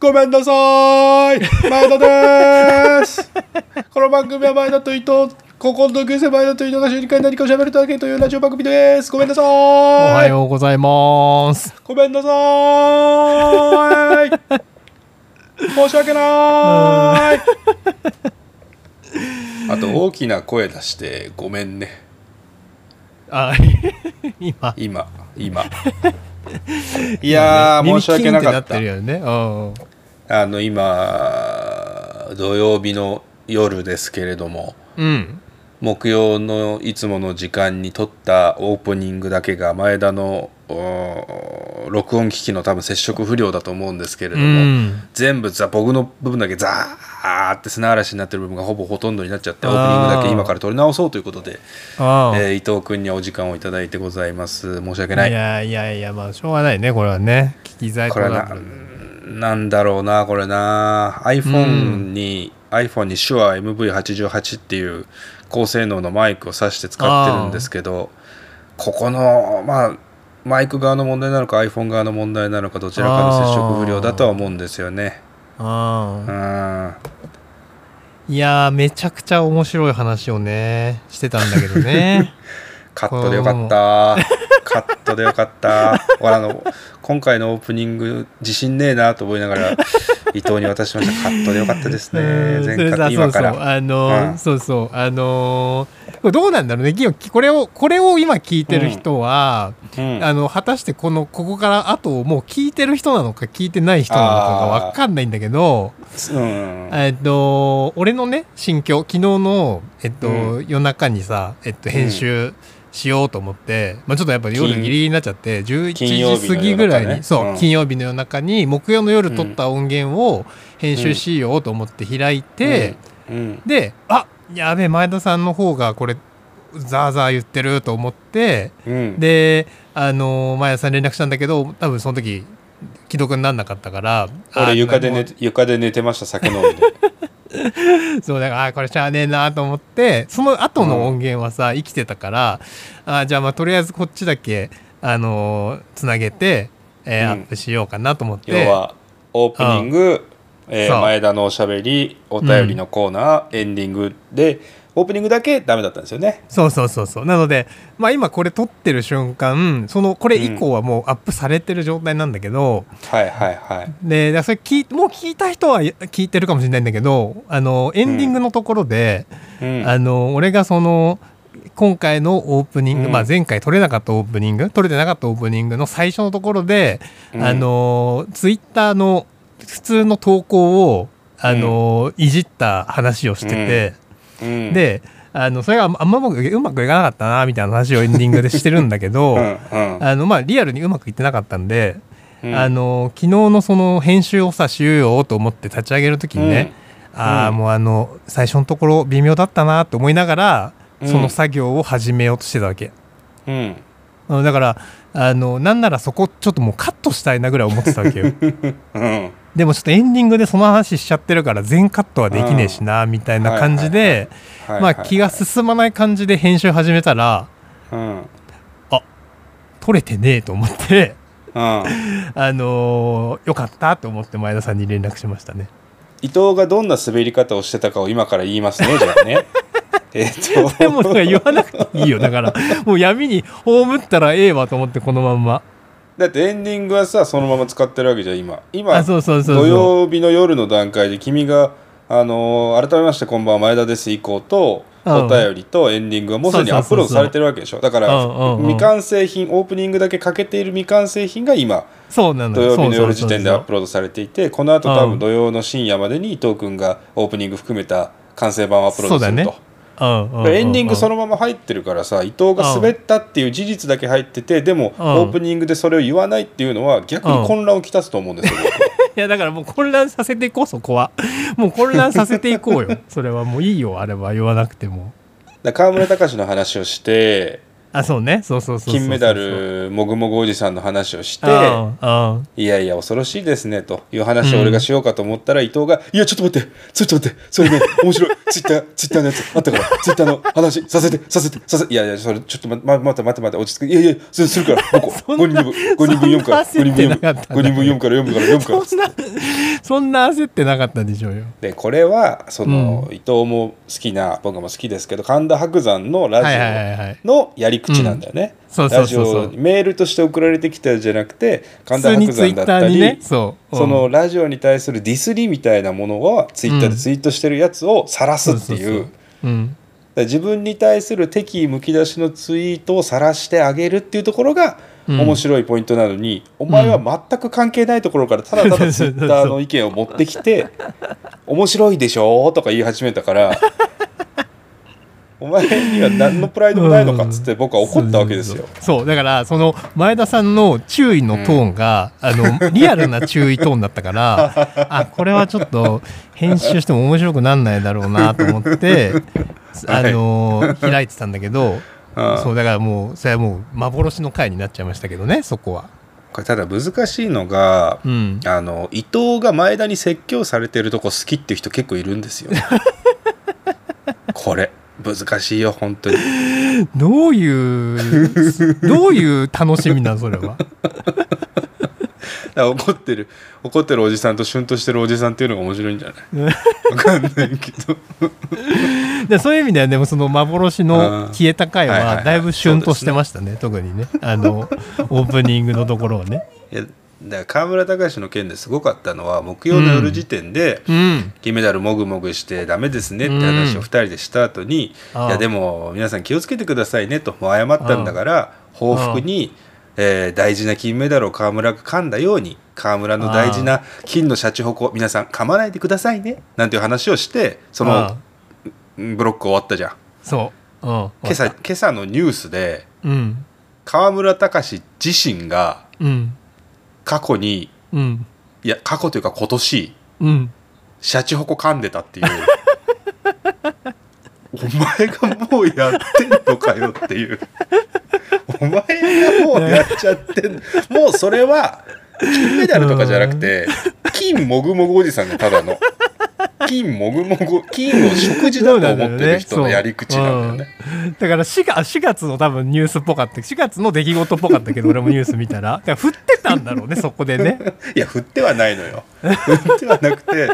ごめんなさーい前田でーすこの番組は前田と伊藤高校の同級生前田と伊藤が週2回何かを喋るだけというラジオ番組ですごめんなさーいおはようございます。ごめんなさーい申し訳なーいあと大きな声出してごめんねあ、 今。今 今いやー耳申し訳なかっキたンてなってるよね。うんあの今土曜日の夜ですけれどもうん。木曜のいつもの時間に撮ったオープニングだけが前田のお録音機器の多分接触不良だと思うんですけれうども、ん。全部ザ僕の部分だけザーって砂嵐になってる部分がほぼほとんどになっちゃってオープニングだけ今から撮り直そうということで、あえー伊藤君にはお時間をいただいてございます申し訳あ。ないいやいやいや、まあ、しょうがないね、これはね。聞き在庫これだなから。なんだろうなこれな iPhone に、iPhone に SUREMV88 っていう高性能のマイクを挿して使ってるんですけどここのまあマイク側の問題なのか iPhone 側の問題なのかどちらかの接触不良だとは思うんですよねあうあんいやー、めちゃくちゃ面白い話をね、してたんだけどね。カットでよか ったカットでよかった俺あの今回のオープニング自信ねえなと思いながら伊藤に渡しましたカットでよかった ですねうん前それさ、回そ今うそかう、らあのー、うんそうそう、あのーこれどうなんだろうね、きこれを、これを今聞いてる人は、うんあの、果たしてこの、ここから後をもう聞いてる人なのか聞いてない人なのかがわかんないんだけど、うんえっと、俺のね、心境、昨日の、えっと、う夜中にさ、えっと、編集しようと思って、まあちょっとやっぱ夜ギリギリになっちゃって、金曜日11時の過ぎぐら夜いに、中ねそう、うん金曜日の夜中に、木曜の夜撮った音源を編集しようと思って開いて、うんで、あやべえ、前田さんの方がこれ、ザーザー言ってると思って、うんで、あのー、前田さん連絡したんだけど、多分その時、既読にならなかったから、あ俺床で寝て床で寝てました酒飲ん でそうだからあーこれしゃあねえなと思ってその後の音源はさ、生きてたからあーじゃあまあとりあえずこっちだけあのーつなげて、えーうんアップしようかなと思って要はオープニング、えーそう前田のおしゃべりお便りのコーナー、エンディングでオープニングだけダメだったんですよねそうそうそうそうなのでまあ今これ撮ってる瞬間そのこれ以降はもうアップされてる状態なんだけど、はいはいはいでだからそれ聞いもう聞いた人は聞いてるかもしれないんだけどあのエンディングのところで、うんあの俺がその今回のオープニング、うんまあ、前回撮れなかったオープニング撮れてなかったオープニングの最初のところで、うんあのツイッターの普通の投稿をあの、いじった話をしてて、うん、であのそれがあんあんまうまくうまくいかなかったなみたいな話をエンディングでしてるんだけど、 うんうんあのまあ、リアルにうまくいってなかったんで、うんあの昨日のその編集をさしようと思って立ち上げる時にね、うんああ、うんもうあの最初のところ微妙だったなと思いながら、うんその作業を始めようとしてたわけうんあのだからあのなんならそこちょっともうカットしたいなぐらい思ってたわけ ようんでもちょっとエンディングでその話しちゃってるから全カットはできねえしなみたいな感じではいまはいあ気が進まない感じで編集始めたらうんうん撮れてねえと思って。あのーよかったと思って前田さんに連絡しましたね。伊藤がどんな滑り方をしてたかを今から言いますねじゃあ ねえっとでもなんか言わなくていいよ。だ から、もう闇に葬ったらええわと思って、このまんま。だってエンディングはさそのまま使ってるわけじゃん今今あ、そうそうそう土そう。曜日の夜の段階で君が「あのー改めましてこんばんは前田です」以降とうんお便りとエンディングはもうすでにそアッうプそうロそードさうそうれてるわけでしょだからうんうんうん未完成品オープニングだけ欠けている未完成品が今そうなの土よ曜日のそうそう夜そ時う点でアップロードされていてこの後うん多分土曜の深夜までに伊藤君がオープニング含めた完成版をアップロードするそうとだ。うんうんうんうんエンディングそのまま入ってるからさ伊藤が滑ったっていう事実だけ入っててでもうんオープニングでそれを言わないっていうのは逆に混乱をきたすと思うんですよ。いや、だからもう混乱させていこう、そこは。もう混乱させていこう よ。それはもういいよ、あれは言わなくても。だから河村隆の話をしてあ、そうね。そう そうそうそうそう金メダ。ルもぐもぐおじさんの話をしてうんうん。いやいや恐ろ しいですねという話を俺がしようかと思ったら伊藤が「いやちょっと待ってちょっと待ってそれね面白いツイッター、ツイッターのやつ、あったから、ツイッターの話、させて、させて、させて、いやいや、それ、ちょっとま、ま、待って待って待って、落ち着く。いやいや、それするから、僕、 そん5人な分、5人分読むから、そ5んな人分読む。焦ってなかった5人んだ分読むから、読むから、読む から。そんなそんな焦ってなかったでしょうよでこれはその、う伊藤も好きな僕も好きですけど神田伯山のはいはいはいラはいジオのやり口なんだよね。そうそラうジそうそオうメールとして送られてきたじゃなくて普神田通に伯ツイ山だッっタたーりにねそう、うんそのラジオに対するディスりみたいなものをツイッターでツイートしてるやつを晒すっていう,、そうそうそううん自分に対する敵意むき出しのツイートを晒してあげるっていうところがうん面白いポイントなのに、お前は全く関係ないところからただただツイッターの意見を持ってき て「面白いでしょ?」とか言い始めたから「お前には何のプライドもないのか」っつって僕は怒ったわけですよ。そうだからその前田さんの注意のトーンが、あのリアルな注意トーンだったから あこれはちょっと編集しても面白くなんないだろうなと思って、あの開いてたんだけどうんそうだからもうそれはもう幻の回になっちゃいましたけどねそこは。これただ難しいのが、うん、あの伊藤が前田に説教されてるとこ好きっていう人結構いるん ですよ。これ難しいよ本当に。ど ういうどういう楽しみなのそれは。だから怒ってる怒ってるおじさんとシュンとしてるおじさんっていうのが面白いんじゃないわかんないけど でそういう意味ではでもその幻の消えた回うんはいはいははいだいぶ旬としてましたね,、特にね あのオープニングのところをね。いやだから河村隆の件ですごかったのは木曜の夜時点で、うん、金メダルもぐもぐしてダメですねって話を2人でした後に、うんいやでも皆さん気をつけてくださいねともう謝ったんだから、報復に、えー大事な金メダルを河村が噛んだように河村の大事な金のシャチホコ皆さん噛まないでくださいねなんていう話をしてそのブロック終わったじゃん。そう、うん、今朝今朝のニュースでうん河村隆自身がうん過去にうんいや過去というか今年うんシャチホコ噛んでたっていうお前がもうやってんのかよっていうお前がもうやっちゃってんもうそれは金メダルとかじゃなくて金もぐもぐおじさんがただの金もぐもぐ金を食事だと思ってる人のやり口なんだよね。うんだから4月 ,4 月の多分ニュースっぽかった4月の出来事っぽかったけど俺もニュース見たらだから振ってたん だろうねそこでねいや振ってはないのよ振ってはなくて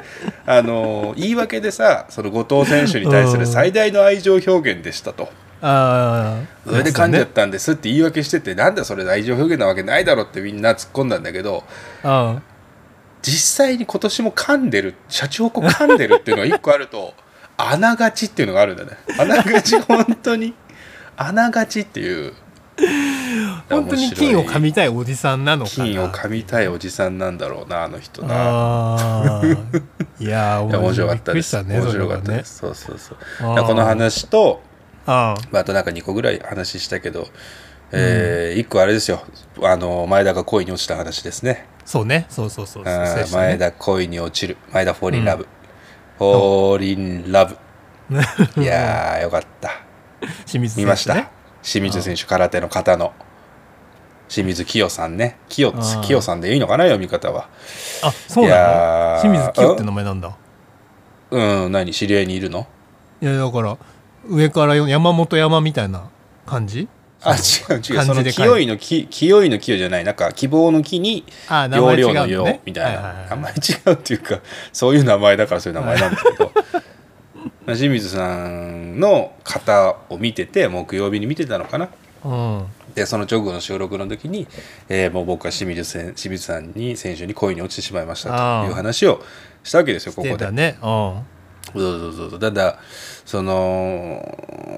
あの言い訳でさその後藤選手に対する最大の愛情表現でしたと。ああそれで噛んじゃったんですって言い訳してて、なんだそれ愛情表現なわけないだろってみんな突っ込んだんだけどうん実際に今年も噛んでる社長こ噛んでるっていうのが一個あるとあながちっていうのがあるんだねあながち本当にあながちっていう本当に金を噛みたいおじさんなのかな金を噛みたいおじさんなんだろうなあの人な。あーいや いやー面白かったびでくりしす。たね面白かったそれはでねす。そうそうそう。あだーからこの話と、あまあ、あとなんか2個ぐらい話したけど、え1個あれですよ。あの、前田が恋に落ちた話ですね。ーそうねそうそうそうそうあーそうでしたね前田恋に落ちる。前田フォーリンラブ。フォーリンラブ。いやー、よかった。 清水選手ね見ました。清水選手、空手の方の。清水清さんね。清あー、清さんでいいのかな、読み方は。あそういなやのー清水清って名前なんだうん、何、知り合いにいるのいやだから上から山本山みたいな感じあ違う違うそ漢の字で書清いていのき清いの清じゃないなんか希望の木にあ名容前違う量ののね量みたいはいはいはない名前違うっていうかそういう名前だからそういう名前なんですけど 清水さんの方を見てて木曜日に見てたのかなうんでその直後の収録の時に、えーもう僕は清水せん清水さんに選手に恋に落ちてしまいましたあといーう話をしたわけですよこ出こでた。ねうんそうそうそうそうただその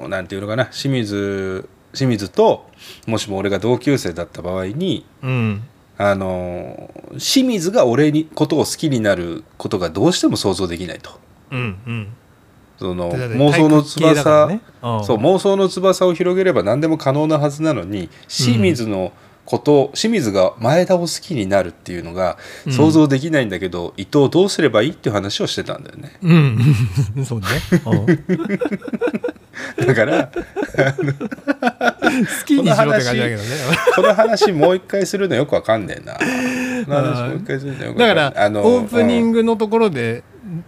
なんていうのかな清水清水ともしも俺が同級生だった場合にうんあの清水が俺にことを好きになることがどうしても想像できないとうんうんそのでだって妄想の体育系だ翼、からねうんそう妄想の翼を広げれば何でも可能なはずなのに清水のこと、清水が前田を好きになるっていうのがうん想像できないんだけど、伊藤どうすればいいっていう話をしてたんだよね。うん そうね うんだから好きにしろって感じだけどねこの話もう一回するのよくわかんねえな。この話もう一回するのよくわだかんかねえら、オープニングのところで、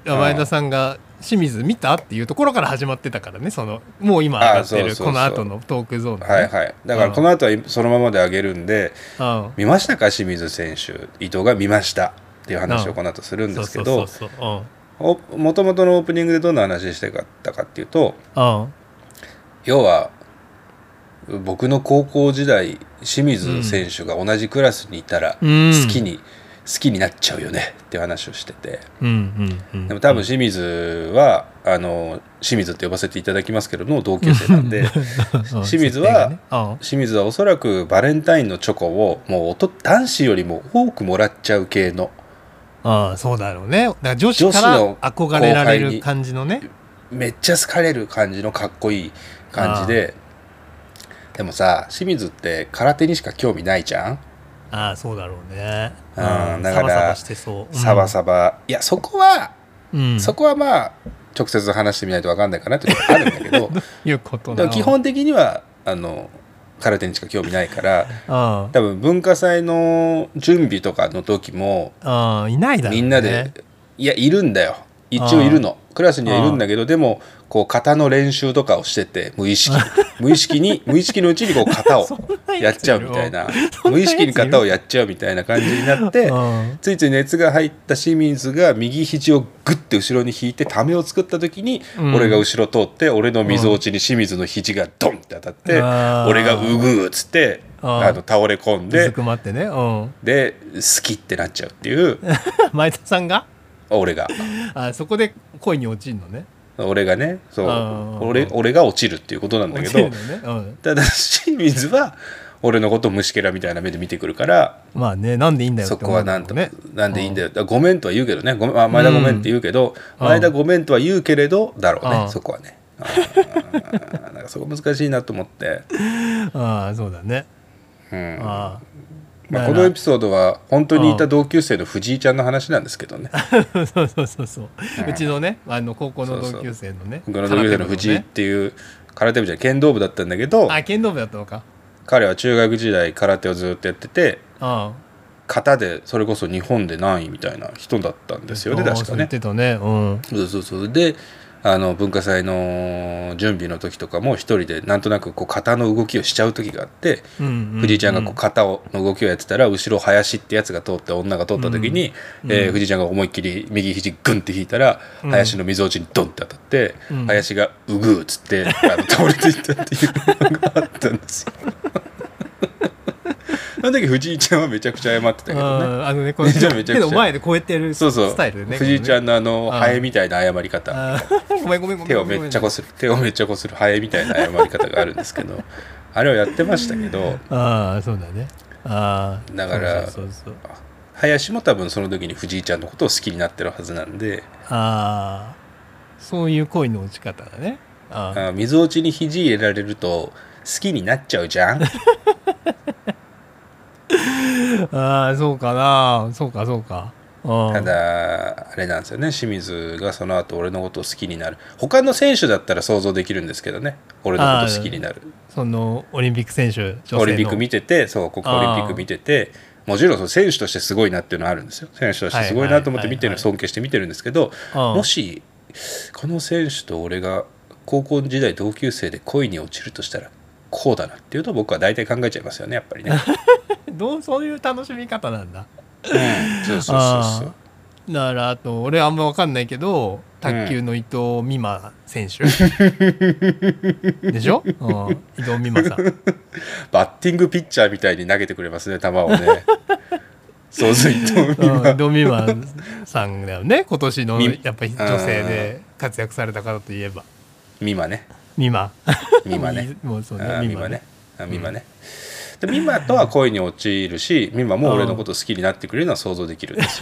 ん前田さんが、清水見たっていうところから始まってたからねそのもう今上がってあそうるそうそうこの後のトークゾーン、ね、はいはいだからこの後はそのままであげるんでうん見ましたか清水選手伊藤が見ましたっていう話をこの後するんでそうすけそうそどうそううんもともとのオープニングでどんな話してたかっていうとうん要は僕の高校時代清水選手が同じクラスにいたらうん好きに、好きになっちゃうよねっていう話をしててうんうんうんでも多分清水はあの清水って呼ばせていただきますけれども同級生なんで清水はは 清水はおそらくバレンタインのチョコをもうおと男子よりも多くもらっちゃう系のああそうだろうねだから女子か女ら子の憧れ後られ輩るに感じのねめっちゃ好かれる感じのかっこいい感じででもさ清水って空手にしか興味ないじゃんああそうだろうねうんうんだからサバサバしてそううんサバサバ、いやそこは、うんそこはまあ直接話してみないと分かんないかなってことあるんだ けどいうことでなも基の本的にはあの空手にしか興味ないからあ多分文化祭の準備とかの時もあいないだろうねみんなで、いやいるんだよ一応いるのクラスにはいるんだけどでもこう型の練習とかをしてて無意識 無意識に無意識のうちにこう型をそんなやっつちゃうみたいなそん無なやついる意識に型をやっちゃうみたいな感じになってうんついつい熱が入った清水が右肘をグッて後ろに引いてためを作った時に、うん俺が後ろ通って俺の溝落ちに清水の肘がドンって当たって、あー俺がうぐーっつってああーの倒れ込んうずでくまってねうんで好きってなっちゃうっていう 前田さんが俺があそこで恋に落ちるのね俺がねそうあー俺俺が落ちるっていうことなんだけ落ちるどのねうんただ清水は俺のことを虫けらみたいな目で見てくるから。まあねなんでいいんだよそってこ思はうだなろんとうかねなんでいいんだよ、ごめんとは言うけどねごめんあ前田ごめんって言うけど、うん前田ごめんとは言うけれどだろうね、うんそこはねあーなんかそこ難しいなと思って、ああそうだねうんああまあ、だからこのエピソードは本当にいた同級生の藤井ちゃんの話なんですけどね そうそうそうそう、うちのねあの高校の同級生のね僕の同級生の藤井っていう空手部じゃない剣道部だったんだけど、あ剣道部だったのか彼は中学時代空手をずっとやっててあ型でそれこそ日本で何位みたいな人だったんあですよね確そかう言ねっ。てたねうんそうそうそうであの文化祭の準備の時とかも一人でなんとなくこう型の動きをしちゃう時があって、うん藤井ちゃんがこう型をの動きをやってたら後ろ林ってやつが通って女が通った時に、えー藤井ちゃんが思いっきり右肘グンって引いたら、林の溝落ちにドンって当たって、うん林が「うぐー」っつってあの倒れていったっていうのがあったんです よ。その時藤井ちゃんはめちゃくちゃ謝ってたけどね。ああのねこうめちゃめちゃくちゃ手の前でこうやってやるそうそう、スタイルでね藤井ちゃんんのあのあーハエみたいな謝り方。ごめんごめんごめん手をめっちゃこする手をめっちゃこするハエみたいな謝り方があるんですけどあれをやってましたけどああそうだねああだからそうそうそうそう林も多分その時に藤井ちゃんのことを好きになってるはずなんでああそういう恋の落ち方だねあああ水落ちに肘入れられると好きになっちゃうじゃんああそうかなそうかそうかうんただあれなんですよね清水がその後俺のことを好きになる他の選手だったら想像できるんですけどね俺のこと好きになるそのオリンピック選手女性のオリンピック見ててそう国家オリンピック見ててもちろんその選手としてすごいなっていうのはあるんですよ選手としてすごいなと思って見てるのはいはいはいはい尊敬して見てるんですけどうんもしこの選手と俺が高校時代同級生で恋に落ちるとしたらこうだなっていうと僕は大体考えちゃいますよねやっぱ りね。うんどうそういう楽しみ方なんだそうそうそうそうだからあと俺あんま分かんないけど卓球の伊藤美誠選手、でしょ、うん、伊藤美 誠さんバッティングピッチャーみたいに投げてくれますね球を ね。そうそう伊藤美うん伊誠藤美誠さんだよね今年のみやっぱり女性で活躍された方といえば美馬ね美誠美馬ね。もうそうねあー美美馬誠ねね。あー美馬ね。で美馬とは恋に落ちるし美馬も俺のこと好きになってくれるのは想像できるん です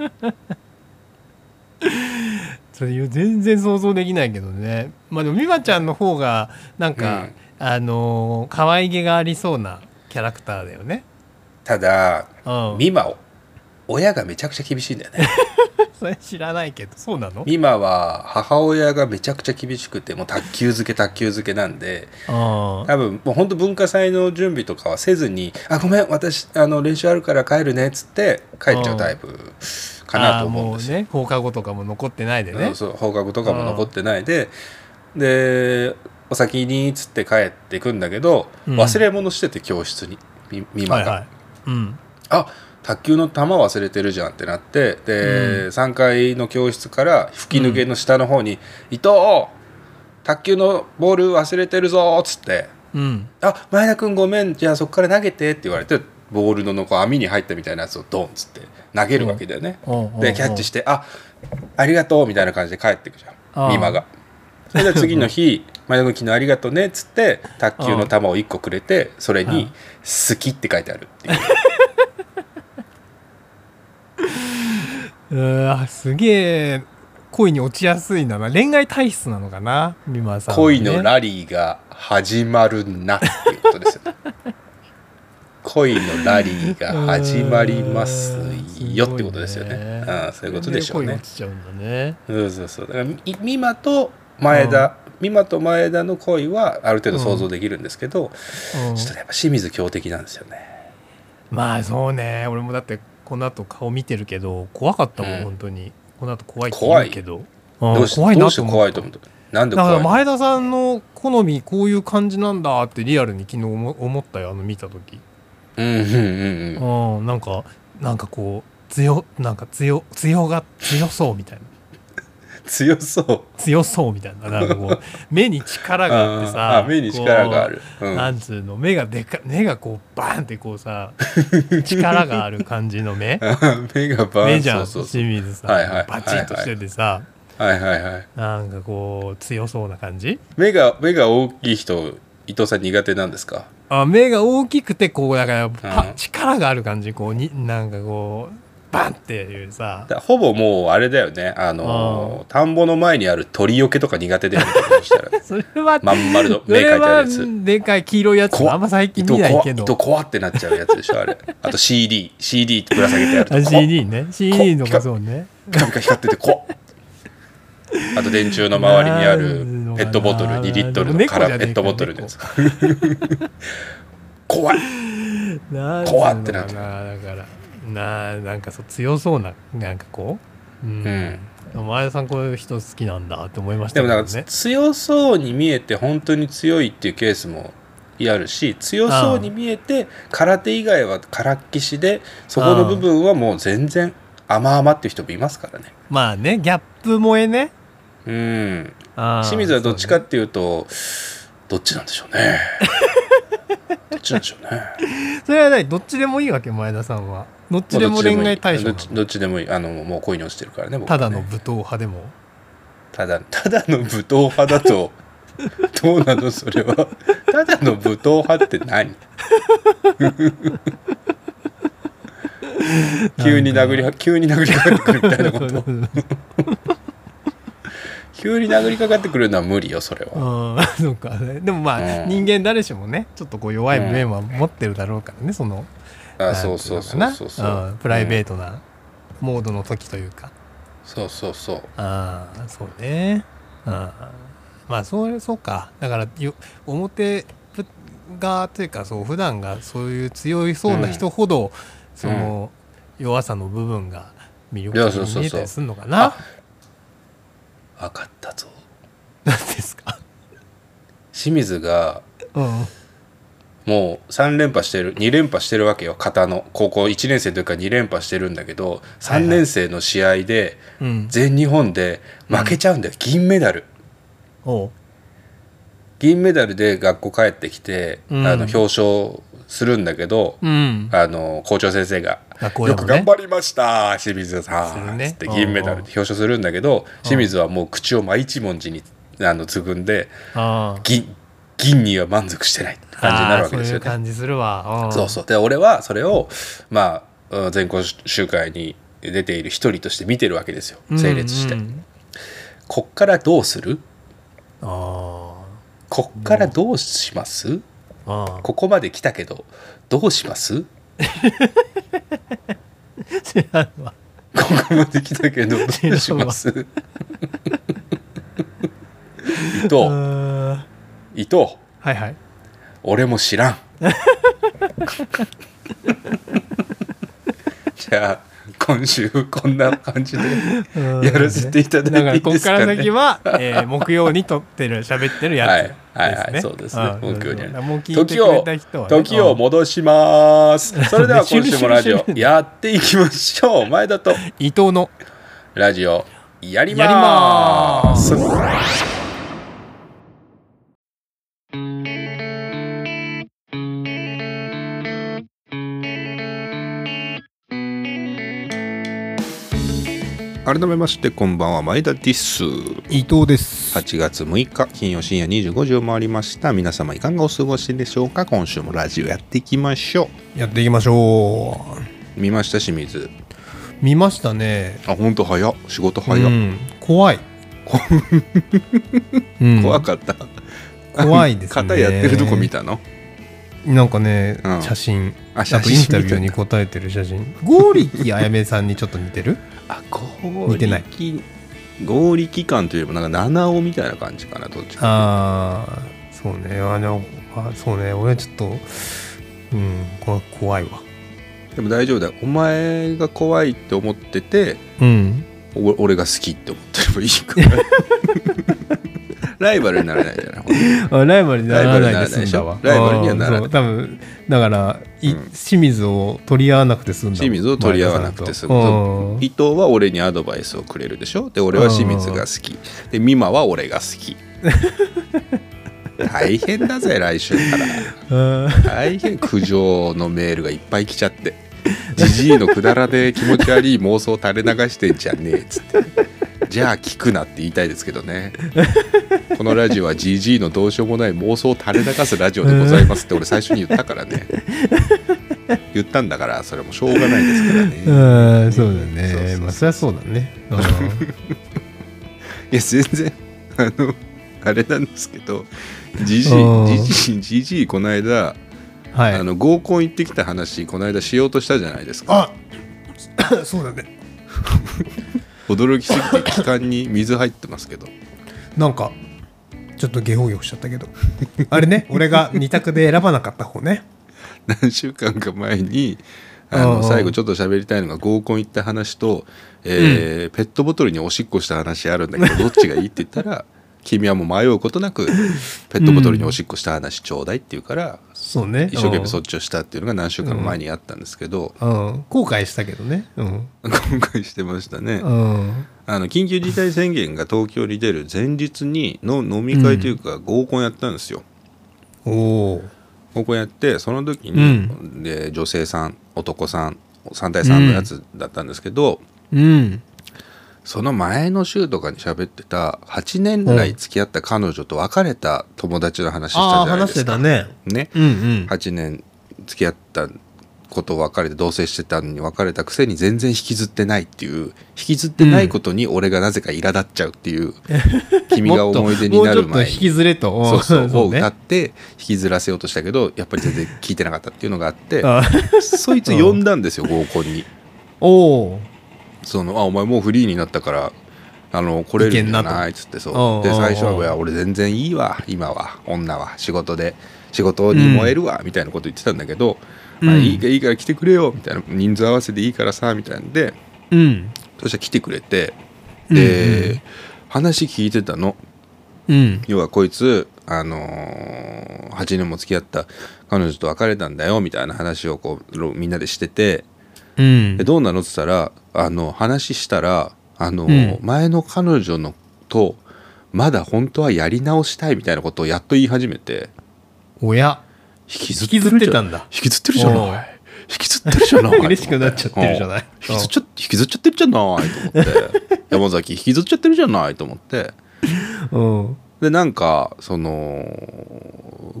よ。それ全然想像できないけどねまあでも美誠ちゃんの方がなんか、あのー可愛げがありそうなキャラクターだよねただうん美馬を親がめちゃくちゃ厳しいんだよね。それ知らないけどそうなの今は母親がめちゃくちゃ厳しくてもう卓球漬け卓球漬けなんでああ多分もう本当文化祭の準備とかはせずに「あごめん私あの練習あるから帰るね」っつって帰っちゃうタイプかなと思うんですよ。ああもうね放課後とかも残ってないでねうんそう放課後とかも残ってないでで「お先に」っつって帰ってくんだけど、うん忘れ物してて教室にみ美馬はが。いはいうんあ卓球の球忘れてるじゃんってなってで、うん3階の教室から吹き抜けの下の方に「伊藤卓球のボール忘れてるぞ」っつってうん「あ前田君ごめんじゃあそこから投げて」って言われてボールののこう網に入ったみたいなやつをドンっつって投げるわけだよね。おうおうおうでキャッチして「あありがとう」みたいな感じで帰ってくじゃあんあ美馬が。それで次の日 「前田君昨日ありがとうね」っつって卓球の球を1個くれてそれに「好き」って書いてあるっていう。うわすげえ恋に落ちやすいんだな恋愛体質なのかな美馬さんはね、恋のラリーが始まるなっていうことです よね恋のラリーが始まりますよってことですよね。うんすごいうん、そういうことでしょう恋ね落。ちちゃうんだねそうそうそう。だからみ美馬と前田、美馬と前田の恋はある程度想像できるんですけど、うんちょっとやっぱ清水強敵なんですよね。まあそうね俺もだってこの後顔見てるけど怖かったもん、うん本当にこの後怖いって怖言いうけどどうんうし怖いどなうしとて思怖っいたと思ったなんでだか怖らいの前田さんの好みこういう感じなんだってリアルに昨日思思ったよあの見た時うんうんうんうん。うんなんかなんかこう強なんか強強が強そうみたいな強そう。強そうみたいななんかこ う目に力があってあさーあ目に力がある。う、こうんなんつうの目がでか目がこうバーンってこうさ力がある感じの 目目がバーン目じゃんそうそう清水さん、はいはいバチッとしててさ、そうはいはいはい。なんかこう強そうな感じ目が目が大きい人伊藤さん苦手なんですかあ目が大きくてこうだからパ、うん力がある感じこうになんかこうバンっていうさだからほぼもうあれだよねあの田んぼの前にある鳥よけとか苦手だよねそしたらそれはまん丸のそ目れ描いてあはるやつでかい黄色いやつ怖っあんま最伊近藤 見ない怖け伊ど藤怖ってなっちゃうやつでしょ あれあと CDCD ってぶら下げてあるあと CD ね CD のかそうねピカピカ光ってて怖っあと電柱の周りにあるペットボトルなるのかな2リットルのでも猫じゃねえ空からペットボトルのやつ怖いなんつうの怖ってなってかだからななんかそう強そうななんかこううん、うん前田さんこういう人好きなんだって思いましたでもけどなんかね強そうに見えて本当に強いっていうケースもあるし強そうに見えて空手以外は空っきしでそこの部分はもう全然甘々っていう人もいますからね。まあねギャップ萌えねうん、あー清水はどっちかっていうとどっちなんでしょう ね。どっちなんでしょうね。そうねそれは何どっちでもいいわけ前田さんはどっちでも恋愛対象どなっのちどっちでもいいあのもう恋に落ちてるからね僕たはねだの武闘 派でもただただの武闘派だ とどうなのそれはただの武闘派って何急に殴り急に殴りかかってくるみたいなこと 急に殴りかかってくるのは無理よそれうはん、そうかねでもまあ、うん人間誰しもねちょっとこう弱い面は持ってるだろうからねそのあなんていそうのそうそかなうそうそう、んプライベート、トなモードの時というか、そうそうそうああそうねあーまあそれそうかだからよ表がというかそう普段がそういう強いそうな人ほど、その弱さの部分が魅力いやそう的そにう見えそたうりするのかなあ分かったぞなんですか清水がうんもう3連覇してる2連覇してるわけよ型の高校1年生というか2連覇してるんだけど3年生の試合で、うん全日本で負けちゃうんだよ、銀メダルおう銀メダルで学校帰ってきて、うんあの表彰するんだけど、うんあの校長先生が「学校でよもくね頑張りました清水さするん」ねつって銀メダルで表彰するんだけど清水はもう口を真一文字にあのつぐんであー銀銀には満足してないって感じになるわけですよあーそうね。いう感じするわそううそうで俺はそれをまあうん全校集会に出ている一人として見てるわけですよん整列して。うんうんこっからどうするあこっからどうしますーあーここまで来たけどどうします 知らんわここまで来たけどどうします伊藤うーん伊藤はいはい俺も知ら んじゃあ今週こんな感じでやらせていただいていいですかだからここからね先は、えー木曜に撮ってる喋ってるやつ、はいはいはい、ですねそうですねあ。ー文句にそうそはうねもう聞いて時くれを、た人はね時を戻します。それでは今週もラ ジオ知る知る知るやっていきましょう。前田と伊藤のラジオやりやまりまーーす。す改めましてこんばんは前田です。伊藤です8月6日金曜深夜25時を回りました。皆様いかがお過ごしでしょうか。今週もラジオやっていきましょやっていきましょう。見ました清水。う見ましたね、あ本当早っ。仕事早っ。うん、怖い、うん怖かった。怖いですね肩やってるとこ見たの。なんかね、うん写真ああ写真とインタビューに答えてる写 真剛力あやめさんにちょっと似てるあ似てない合力感というよりもなんか七尾みたいな感じかなどっちかああそうねあのあそうね俺ちょっとうんこれ怖いわでも大丈夫だよお前が怖いって思っててうんお俺が好きって思ってればいいから ライバルにならないじゃないほんとにあライバルにならないで済んだわライバルにはならないあーそう多分だから、いうん清水を取り合わなくて済んだ清水を取り合わなくて済むむ伊藤は俺にアドバイスをくれるでしょで俺は清水が好きで美馬は俺が好き大変だぜ来週から大変苦情のメールがいっぱい来ちゃってじじいのくだらで気持ち悪い妄想を垂れ流してんじゃねえっつってじゃあ聞くなって言いたいですけどねこのラジオはじじいのどうしようもない妄想を垂れ流すラジオでございますって俺最初に言ったからね言ったんだからそれはもうしょうがないですからねうん そうだそうそうねそうまあそりゃそうだね ういや全然あのあれなんですけどじじうんいじじいじじいこの間、んはいあの合コン行ってきた話この間しようとしたじゃないですかあ そうだね驚きすぎて気管に水入ってますけ どなんかちょっと下法欲しちゃったけどあれね俺が2択で選ばなかった方ね何週間か前にああのあ最後ちょっと喋りたいのが合コン行った話と、えーペットボトルにおしっこした話あるんだけ どどっちがいいって言ったら君はもう迷うことなくペットボトルにおしっこした話ちょうだいって言うから、そうね一生懸命そっちをしたっていうのが何週間前にあったんですけど、うん後悔したけどねうん、今回してましたね。うん、あの緊急事態宣言が東京に出る前日にの飲み会というか合コンやったんですよ。おおここやってその時に、うで女性さん男さん3対3のやつだったんですけど、うんその前の週とかに喋ってた8年来付き合った彼女と別れた友達の話したああじゃない話でしてすか。たねねうんうん8年付き合ったことを別れて同棲してたのに別れたくせに全然引きずってないっていう引きずってないことに俺がなぜか苛立っちゃうって いう、君が思い出になるもっともうちょっ前とに引きずれとそうそうをね歌って引きずらせようとしたけどやっぱり全然聞いてなかったっていうのがあってあそいつ呼んだんですよ合コンにおおそのあお前もうフリーになったからあの来れるんじゃいけんなないっつっておそううでおう最初おはういや俺全然いいわ今は女は仕事で仕事に燃えるわみたいなこと言ってたんだけど、うんまあ、いいからいいから来てくれよみたいな人数合わせでいいからさみたいなんでうんそしたら来てくれてで、話聞いてたのうん要はこいつ、あのー8年も付き合った彼女と別れたんだよみたいな話をこうろみんなでしててうんでどうなのって言ったらあの話したら、あのーう前の彼女のとまだ本当はやり直したいみたいなことをやっと言い始めておや引きず引ってきずるっじてゃたんんだ引きずってるじゃおない引きずってるじゃない嬉しくなっちゃってるじゃないうん引きずっちゃ引きずっちゃってるじゃないと思って 山崎引きずっちゃってるじゃないと思って。うんでなんかその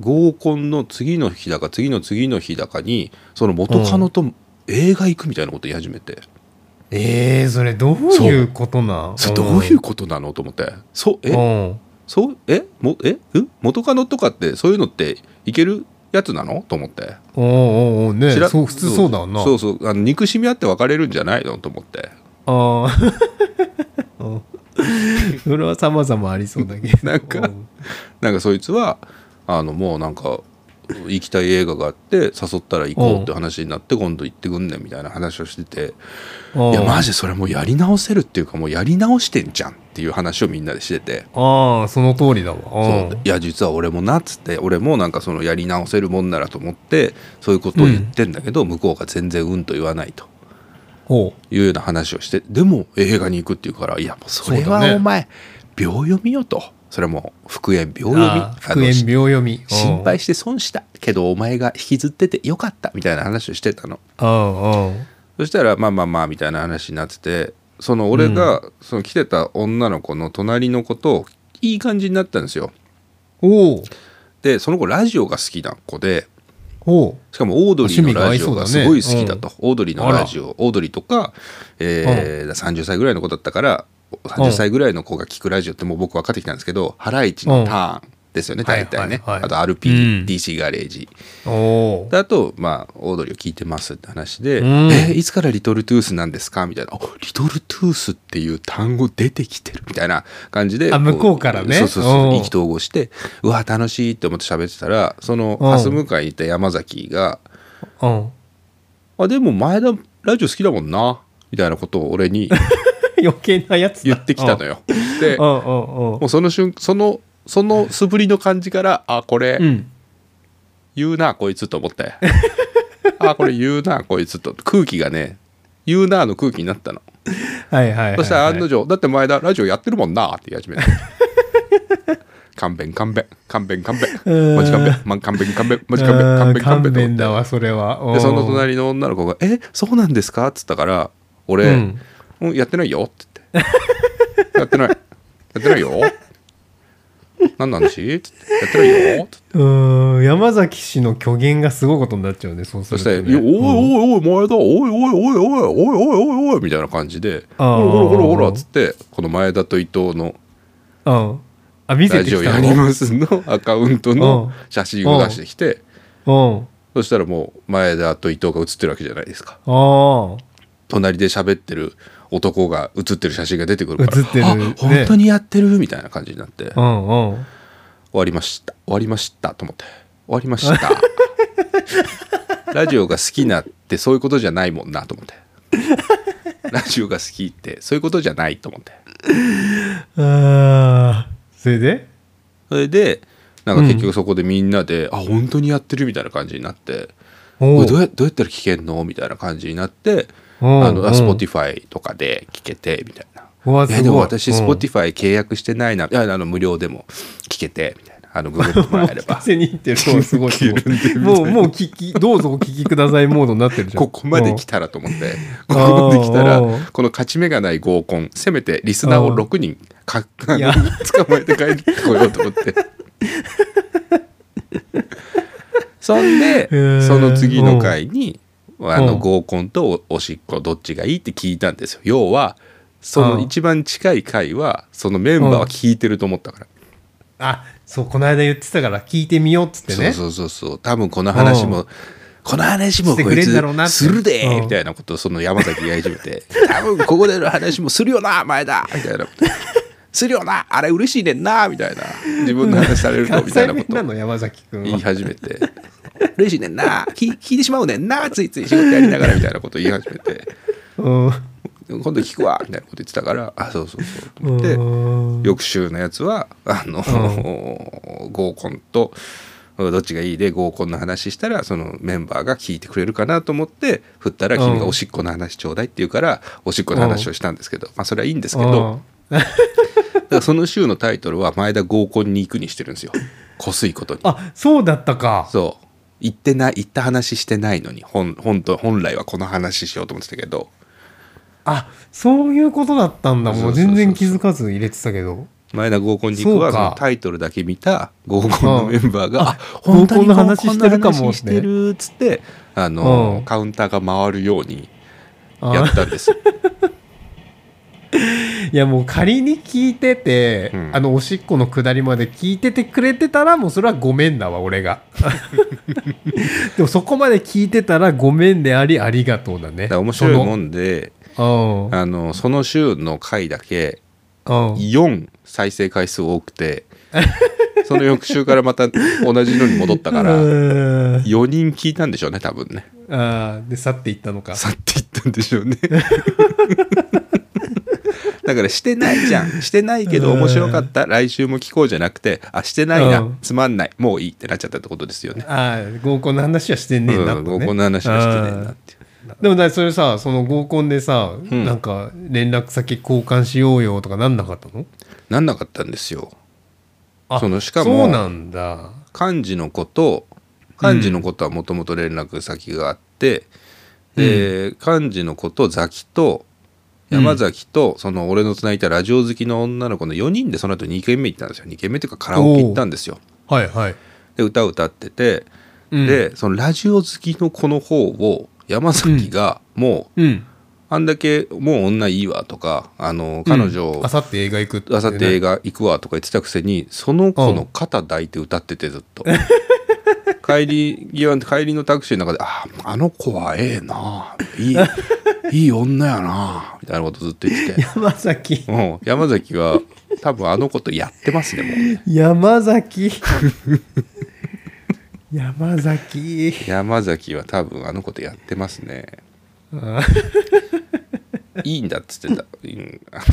合コンの次の日だか次の次の日だかにその元カノと映画行くみたいなこと言い始めて、えー、それどういうことなんそれどういうことなのと思ってそうえ、うんそうえもえん元カノとかってそういうのっていけるやつなのと思っておうおうおうね知らそう普通そうだよなそうそうあの憎しみ合って別れるんじゃないのと思ってあ あうんそれは様々ありそうだけどなんかうんなんかそいつはあのもうなんか行きたい映画があって誘ったら行こうって話になって今度行ってくんねんみたいな話をしててうんいやマジでそれもうやり直せるっていうかもうやり直してんじゃんっていう話をみんなでしてて。ああその通りだわそううんいや実は俺もなっつって俺もなんかそのやり直せるもんならと思ってそういうことを言ってんだけど、向こうが全然うんと言わないとおういうような話をしてでも映画に行くっていうからいやもうそれそうだはねお前、秒読みよとそれはもう復縁秒読みあああ復の縁し秒読み心配して損したけどお前が引きずっててよかったみたいな話をしてたのうんうんそしたらまあまあまあみたいな話になっててその俺がその来てた女の子の隣の子といい感じになったんですよおうでその子ラジオが好きな子でおうしかもオードリーのラジオがあ趣味すが合ごいいそうだね好きだと、オードリーのラジオオードリーとか、えー30歳ぐらいの子だったからうん30歳ぐらいの子が聞くラジオってもう僕分かってきたんですけど「ハライチのターン」ですよねうん大体ね、はいはいはいあとうん RPDC ガレージ、おうであとまあオードリーを聞いてますって話で「うんえーいつからリトルトゥースなんですか?」みたいなあ「リトルトゥースっていう単語出てきてる」みたいな感じであ向こうからねそうそうそううん意気投合してうわ楽しいって思って喋ってたらそのうん蓮向かいにいた山崎が「うんあでも前田ラジオ好きだもんなみたいなことを俺に余計なやつ言ってきたのよ。よ。で うもんうんうその瞬そのその素振りの感じからあこうれん。言うなこいつと思ってあこれ言うなこいつと空気がね言うなの空気になったの。はいはいはいはい。そしたら案の定「だって前田ラジオやってるもんな」って言い始めた。勘弁勘弁勘弁勘う弁んマジ勘弁ま勘弁勘弁マジ勘う弁勘ん弁勘勘弁と思弁だってわそれは。うでんその。隣の女の子が「えそうなんですか?」っつったから俺、うんうん、やってないよって言ってやってないやってないよ何なんしってやってないよってうん山崎氏の虚言がすごいことになっちゃうねそうすそるしとてね。 「いやおいおいおい前田おいおいおいおいおいおいおいおい」みたいな感じで「ほあらーほらほらほら」っつってこの前田と伊藤のうん。うんあ見せラてきジオたやりますのアカウントうんの写真を出してきての。うん。そしたらもう前田と伊藤が写ってるわけじゃないですか。あ隣で喋ってる男が写ってる写真が出てくるから写ってるあね本当にやってるみたいな感じになって、あ。う終んうん。わりました終わりましたと思って終わりま したラジオが好きなってそういうことじゃないもんなと思ってラジオが好きってそういうことじゃないと思ってああ。それで？それでなんか結局そこでみんなで、あ本当にやってるみたいな感じになってこおれどうやどうやったら聞けんのみたいな感じになってうんあのうん Spotify とかで聞けてみたいなうわいすごやい。でも私うん Spotify 契約してないな、いやあの無料でも聞けてみたいなあのググってもらえれば店に行ってるそうすごい切るんでもうもう聞きどうぞお聞きくださいモードになってるじゃんここまで来たらと思ってうんここまで来たらあーこの勝ち目がない合コンせめてリスナーを6人かあいやの捕まえて帰ってこようと思って そんでーその次の回にあうのん合コンとおおしっこどっちがいいって聞いたんですよ要はそうんの一番近い回はそのメンバーは聞いてると思ったから。あそうこの間言ってたから聞いてみようっつってねそうそうそうそう多分この話も、この話もこいしてくれんつだろうなってするで、うんみたいなことをその山崎が言い始めて多分ここでの話もするよな前だみたいなことするよなあれ嬉しいねんなみたいな自分の話されると関みたい西なこ弁な との山崎君言いは始めて嬉しいねんな聞聞いてしまうねんなついつい仕事やりながらみたいなこと言い始めてうん今度聞くわみたいなこと言ってたからあそうそうそうと思って。うん翌週のやつはあの、合コンとどっちがいいで合コンの話したらそのメンバーが聞いてくれるかなと思って振ったらうん君がおしっこの話ちょうだいって言うからおしっこの話をしたんですけど、まあそれはいいんですけどうんだからその週のタイトルは前田合コンに行くにしてるんですよこすいことにあそうだったかそう行ってない行った話してないのに本本当本来はこの話しようと思ってたけどあそういうことだったんだそうそもううそうそう全然気づかず入れてたけど前田合コンに行くはそそうかのタイトルだけ見た合コンのメンバーが、うんああ本当合コにンの話してる合コンかもの話してるっつってあの、うんカウンターが回るようにあやったん ですよいやもう仮に聞いてて、うんあのおしっこのくだりまで聞いててくれてたらもうそれはごめんだわ俺が でもそこまで聞いてたらごめんでありありがとうだねだから面白いもんんでおうあのその週の回だけおう4再生回数多くて その翌週からまた同じのに戻ったからうーん4人聞いたんでしょうね多分ねあーで去っていったのか去っていったんでしょうね だからしてないじゃんしてないけど面白かった来週も聞こうじゃなくてあしてないな、うんつまんないもういいってなっちゃったってことですよねああ合コンの話はしてねえなうとんね、合コンの話はしてねえなあっていうーでもだそれさその合コンでさ、んなんか連絡先交換しようよとかなんなかったのなんなかったんですよあそのしかもそうなんだ幹事の子と幹事の子とはもともと連絡先があって、で幹事の子とザキと山崎とその俺のつないたラジオ好きの女の子の4人でその後2軒目行ったんですよ2軒目というかカラオケ行ったんですよはいはい、で歌を歌ってて、うん、でそのラジオ好きの子の方を山崎がもう、うんあんだけもう女いいわとかあの彼女をあさって映画行くってねあさって映画行くわとか言ってたくせにその子の肩抱いて歌っててずっと 帰り際帰りのタクシーの中で「ああの子はええない いいい女やな」みたいなことずっと言ってて、山崎うん、山崎は多分あの子とやってますねもうね山崎 山崎山崎は多分あの子とやってます ねあいいんだっつってた、うん、あの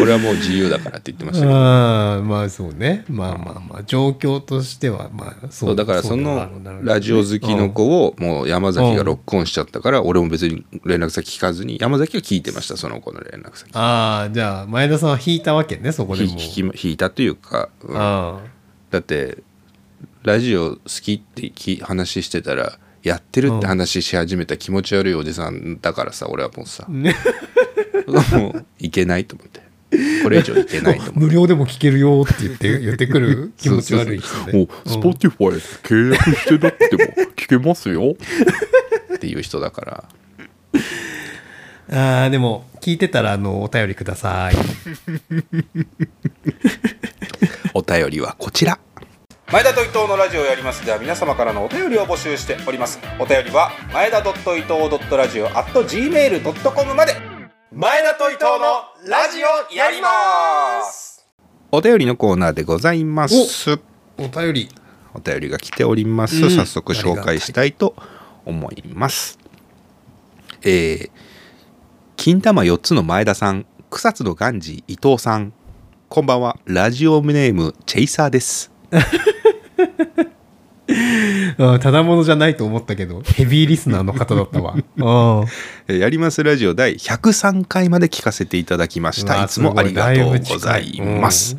俺はもう自由だからって言ってましたけどあまあそうねまあまあまあ状況としてはまあそうだからそのラジオ好きの子をもう山崎がロックオンしちゃったから俺も別に連絡先聞かずに山崎が聞いてましたその子の連絡先ああじゃあ前田さんは引いたわけねそこでひも引き引いたというか、うんあだってラジオ好きってき話してたらやってるって話し始めた気持ち悪いおじさんだからさ俺はもうさ、ねもういけないと思ってこれ以上いけないとあ思って 無料でも聞けるよって言って言ってくる気持ち悪い 人そうそうそうねもう Spotify 契約してなくても聞けます よっていう人だからああでも聞いてたらあのお便りくださいお便りはこちら前田と伊藤のラジオをやりますでは皆様からのお便りを募集しておりますお便りは前田伊藤ラジオ at gmail.com まで前田と伊藤のラジオやりますお便りのコーナーでございますお便りお便りが来ております、うん早速紹介したいと思いますえー金玉4つの前田さん草津のガンジー伊藤さんこんばんはラジオネームチェイサーですうんただものじゃないと思ったけどヘビーリスナーの方だっ たわうんえーやりますラジオ第103回まで聞かせていただきましうたわいつもありがとうございますす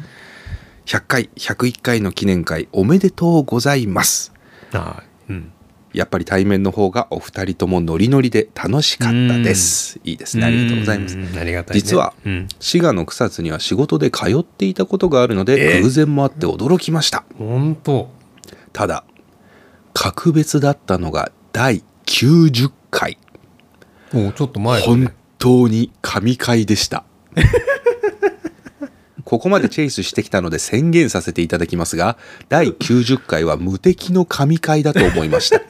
100回101回の記念会おめでとうございますごいだいぶ近いうんあうんやっぱり対面の方がお二人ともノリノリで楽しかったです。いいですね。ありがとうございます。ーありがたいね実は、うん滋賀の草津には仕事で通っていたことがあるので、偶然もあって驚きました。本当ただ、格別だったのが第90回。おちょっと前だね本当に神回で した。ここまでチェイスしてきたので宣言させていただきますが、第90回は無敵の神回だと思いま した。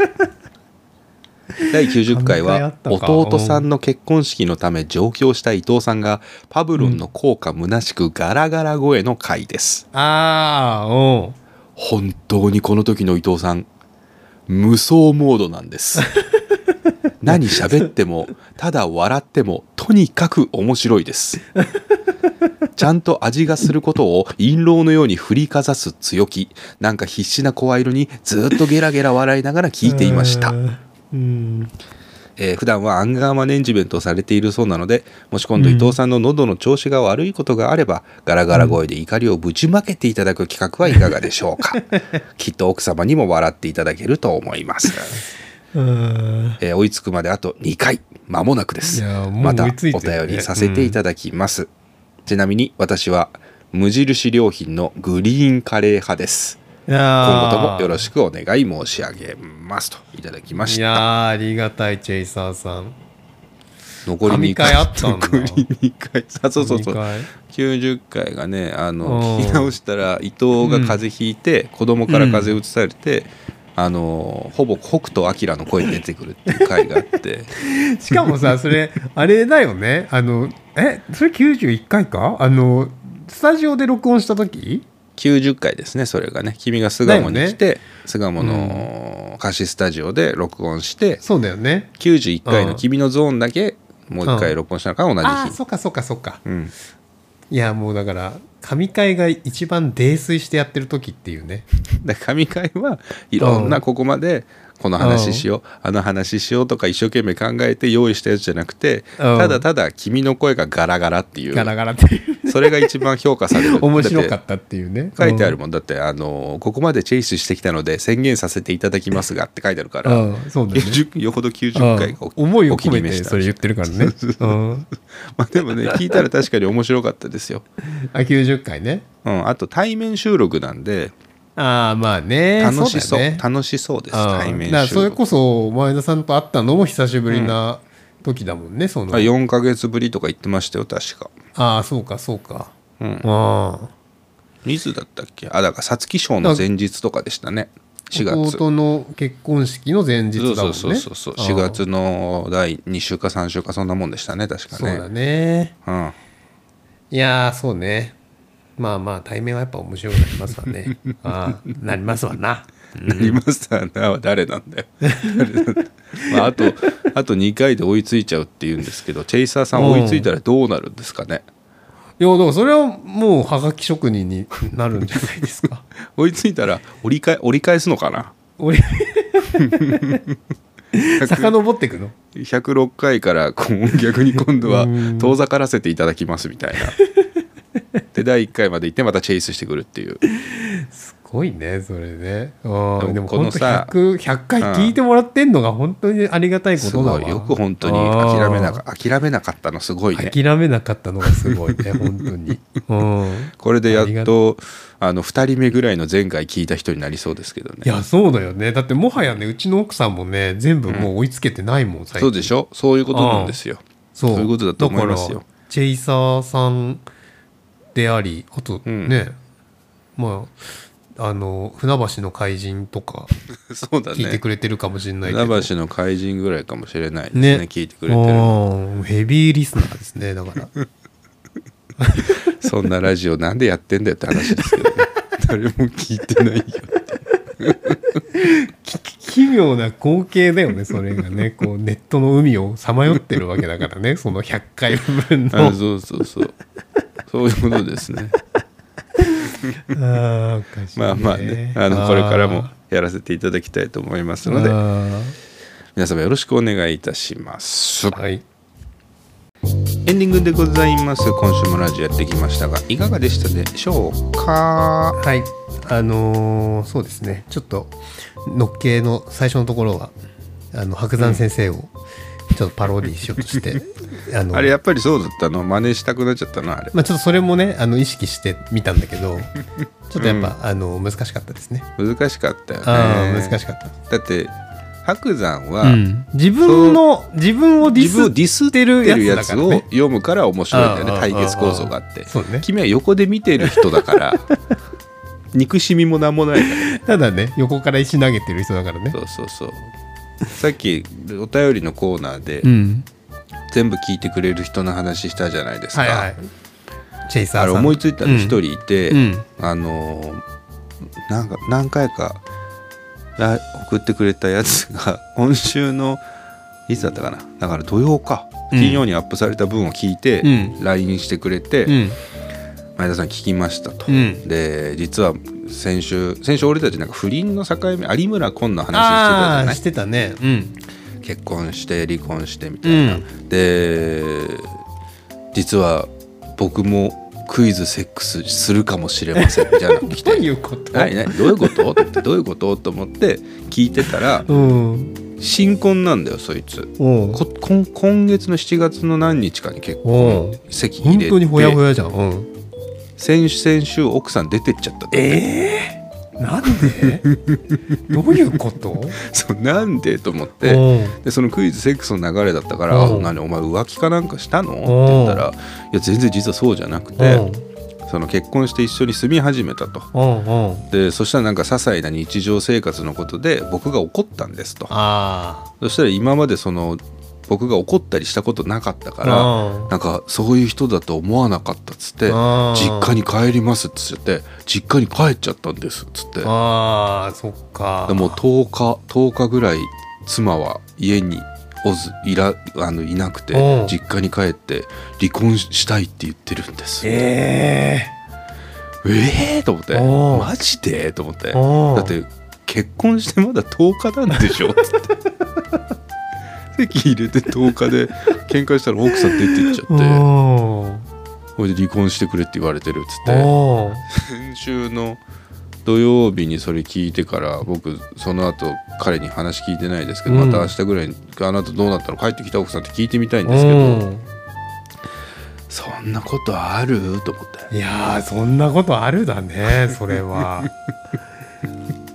第90回神回あはったか弟さんの結婚式のため上京した伊藤さんがパブロンの効果虚しくガラガラ声の回です。ああお本当にこの時の伊藤さん無双モードなんです何喋ってもただ笑ってもとにかく面白いですちゃんと味がすることを陰謀のように振りかざす強気なんか必死な声色にずっとゲラゲラ笑いながら聞いていましたうんえー普段はアンガーマネジメントをされているそうなのでもし今度伊藤さんの喉の調子が悪いことがあれば、ガラガラ声で怒りをぶちまけていただく企画はいかがでしょうか きっと奥様にも笑っていただけると思います、うんえー追いつくまであと2回間もなくですいやもうまたお追いついてるね便りさせていただきます、ちなみに私は無印良品のグリーンカレー派です今後ともよろししくお願い申し上げますといただきましいたやーありがたいチェイサーさん残り2回神回あったんだ残り2回 あそうそうそう神回90回がねあのうん聞き直したら伊藤が風邪ひいて、子供から風邪うつされて、あのほぼ北斗晶の声で出てくるっていう回があって しかもさそれあれだよねあのえそれ91回かあのスタジオで録音した時90回ですねそれがね君が巣鴨に来て、巣鴨の貸しスタジオで録音して、そうだよね91回うのん君のゾーンだけもう一回録音したのかな同ああじ日そっかそっかそっかうん、いやもうだから神会が一番泥酔してやってる時っていうねで神会はいろんなここまでこの話しようあの話しようとか一生懸命考えて用意したやつじゃなくてうんただただ君の声がガラガラっていガラうガラっ ていうそれが一番評価される 面白かだってたっていうね書いてあるももんだってあのここまでチェイスしてきたので宣言させていただきますがって書いてあるからん、うん、そうだよね90よほど90回がうおん思いをお気込めに召てしたそれ言って るからね、うん、まあで もね聞いたら確かに面白かったですよ、あ90回ねうん、あと対面収録なんでああまあね楽しそう,、だよね楽しそうですああ対面だから収それ録こそ前田さんと会ったのも久しぶりな時だもんね、そのあ4ヶ月ぶりとか言ってましたよ確かああそうかそうかうんああいつだったっけあだから皐月賞の前日とかでしたね4月弟の結婚式の前日だもんねそうそうそうそうああ4月の第2週か3週かそんなもんでしたね確かそうだねねうんいやーそうねまあまあ対面はやっぱ面白くなりますわ ねああなりますわななりましたな は誰なん だよ誰なんだよまあ、あとあと2回で追いついちゃうっていうんですけどチェイサーさん追いついたらどうなるんですかねいやだからそれはもうはがき職人になるんじゃないですか追いついたら折り返折り返すのかな 俺遡っていくの106回からこう逆に今度は遠ざからせていただきますみたい な。で第1回まで行ってまたチェイスしてくるっていうすごいねそれねうんででもこもこののささ 100, 100回聞いてもらってんのが本当にありがたいこすとだわ、ごいよく本当に諦めなか諦めなかったのすごいね諦めなかったのがすごい ね本当に、うん、これでやありっがとあの2人目ぐらいの前回聞いた人になりそうですけどいねやそうだよねだってもはやねうちの奥さんもね全部もう追いつけてないもん、最近そうでしょそういうことなんですよそうそういうことだと思いますよだからチェイサーさんでありあとうんね、まああの船橋の怪人とか そうだ聞いてねくれてるかもしれないけど、船橋の怪人ぐらいかもしれないですね聞いてくれてるのうんヘビーリスナーですねだから そんなラジオなんでやってんだよって話ですけ どね誰も聞いてないよ奇妙な光景だよねそれ がねこうネットの海をさまよってるわけだからねその100回分のあそうそうそうそういうことですねあーおかしい ねまあまあねあのこれからもやらせていただきたいと思いますのであ皆様よろしくお願いいたしますーはいエンディングでございます今週もラジオやってきましたがいかがでしたでしょうかはいあのーそうですねちょっとのっけの最初のところはあの白山先生をちょっとパロディしようとして、あのあれやっぱりそうだったの真似したくなっちゃったのあれまあ、ちょっとそれもねあの意識してみたんだけどちょっとやっぱ、あの難しかったですね難しかったよねあー難しかっただって白山は、うん、自分の自分をディ自分をスディスってるやつを読むから面白いんだよあねあ対決構造があってそうね君は横で見てる人だから 憎しみも何もないからねただね横から石投げてる人だからねそうそうそうさっきお便りのコーナーでん全部聞いてくれる人の話したじゃないですか、はいはいチェイサーあれさん思いついたの一人いて、うんあのーなんか何回かあ送ってくれたやつが 今週のいつだったかなだから土曜かうん金曜にアップされた分を聞いてう LINE してくれて、うん前田さん聞きましたと、うんで実は先週先週俺たちなんか不倫の境目有村昆の話してたじあゃあないしてたねうん結婚して離婚してみたいな、で実は僕もクイズセックスするかもしれま せんみたいなの来どうていうこと何何どういうことってどういうことと思って聞いてたらうん新婚なんだよそいつおうこ今今月の7月の何日かに結お婚う籍入本れて当にほやほやじゃん、うん、先週先週奥さん出てっちゃったってえー、なんで どういうことそうなんでと思っておうでそのクイズセックスの流れだったから「うんあ何お前浮気かなんかしたの?」って言ったら「いや全然実はそうじゃなくておうその結婚して一緒に住み始めたとうんうんでそしたらなんか些細な日常生活のことで僕が怒ったんですとあそしたら今までその僕が怒ったりしたことなかったあからうんなんかそういう人だと思わなかったっつってあー実家に帰りますっつって実家に帰っちゃったんですっつってああそっかでもう10日10日ぐらい妻は家におずいらあのいなくてうん実家に帰って離婚したいって言ってるんですえええーと思ってうんマジでと思ってえー、だって結婚してまだ10日なんでし ょつって籍入れて10日で喧嘩したら奥さん出てっちゃうってんうんこれで離婚してくれって言われてるっつって先週の土曜日にそれ聞いてから僕その後彼に話聞いてないですけど、うんまた明日ぐらいに「あなたどうなったの帰ってきた奥さん」って聞いてみたいんですけど、そんなことあると思ってうんいやーそんなことあるだ ねそれは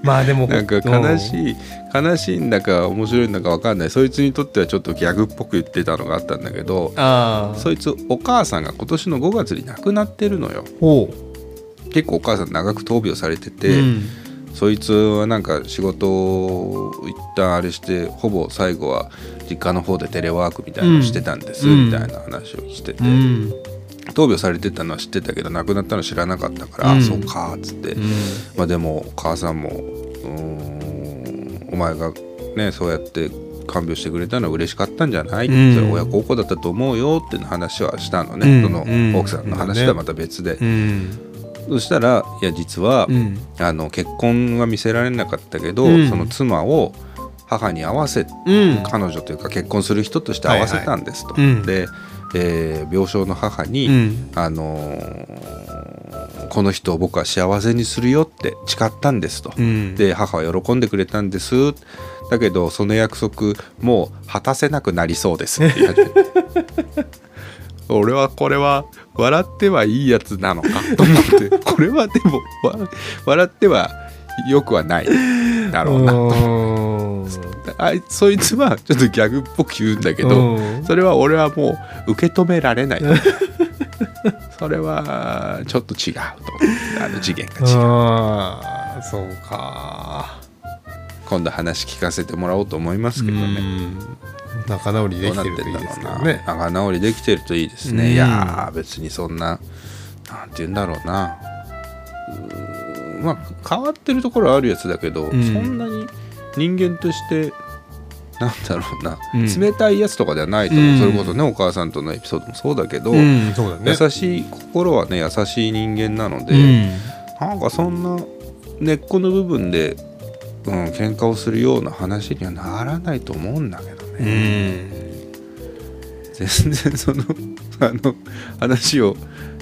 まあでもなんか悲しい悲しいんだか面白いんだか分かんないそいつにとってはちょっとギャグっぽく言ってたのがあったんだけどああそいつお母さんが今年の5月に亡くなってるのよほ結構お母さん長く闘病されてうて、うんそいつはなんか仕事を一旦あれしてほぼ最後は実家の方でテレワークみたいなのしてたんです、うんみたいな話をしてて、うん闘病されてたのは知ってたけど亡くなったの知らなかったから、うんあそうかっつって、うんまあでもお母さんもうーんお前がねそうやって看病してくれたのは嬉しかったんじゃない、うんそれ親孝行だったと思うよっていう話はしたのね、うんそのうん奥さんの話とはまた別で、うんそしたらいや実は、うんあの結婚は見せられなかったけど、うんその妻を母に合わせうん彼女というか結婚する人として合わせたんですと。はいはいうんで、えー病床の母に、うんあのーこの人を僕は幸せにするよって誓ったんですと。うんで母は喜んでくれたんですだけどその約束もう果たせなくなりそうですって言い 始めて俺はこれは笑ってはいいやつなのかと思 ってこれはでもわ笑ってはよくはないだろうなうんあいそいつはちょっとギャグっぽく言うんだけどうんそれは俺はもう受け止められ ないそれはちょっと違うと思ってあの次元が違うああそうか今度話聞かせてもらおうと思いますけどねうん仲直りできてるといいですけどどうなってんねだろうな仲直りできてるといいですね、うんいやー別にそんななんて言うんだろうなうーんまあ変わってるところはあるやつだけど、うんそんなに人間としてなんだろうな、うん冷たいやつとかではないと思う、うんそれこそねお母さんとのエピソードもそうだけど、うんそうだね優しい心はね優しい人間なので、うんなんかそんな根っこの部分で、うん喧嘩をするような話にはならないと思うんだけどね。うん全然その あの話を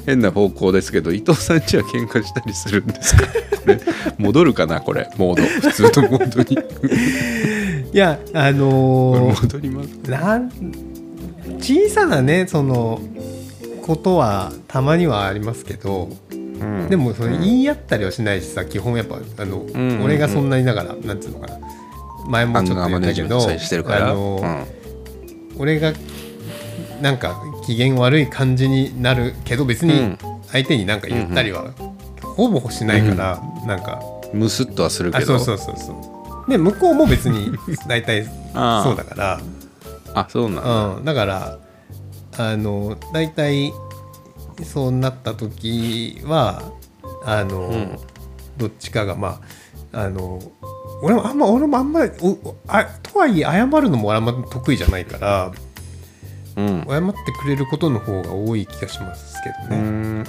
変な方向ですけど伊藤さんちは喧嘩したりするんですかこれ戻るかなこれモード普通のモードに いやあこれのー戻りますなん小さなねそのことはたまにはありますけどでもそれい、言い合ったりはしないしさ基本やっぱあの、んうん俺がそんなにだからなんつうのかな前アもンちょっガーと言マっネーたジメけントどさえしてるから、あのー俺がなんか機嫌悪い感じになるけど別うにん相手になんか言ったりはほぼしないから、なんかうんむすっとはするけあどそうそうそうそうで向こうも別に大体 ああそうだかあそうなんだ、ら、うん、だからあの大体そうなった時はあの、うんどっちかがまああの俺もあんま俺もあんまりおあとはいえ謝るのもあんま得意じゃないからうん謝ってくれることの方が多い気がしますけうどね。んうん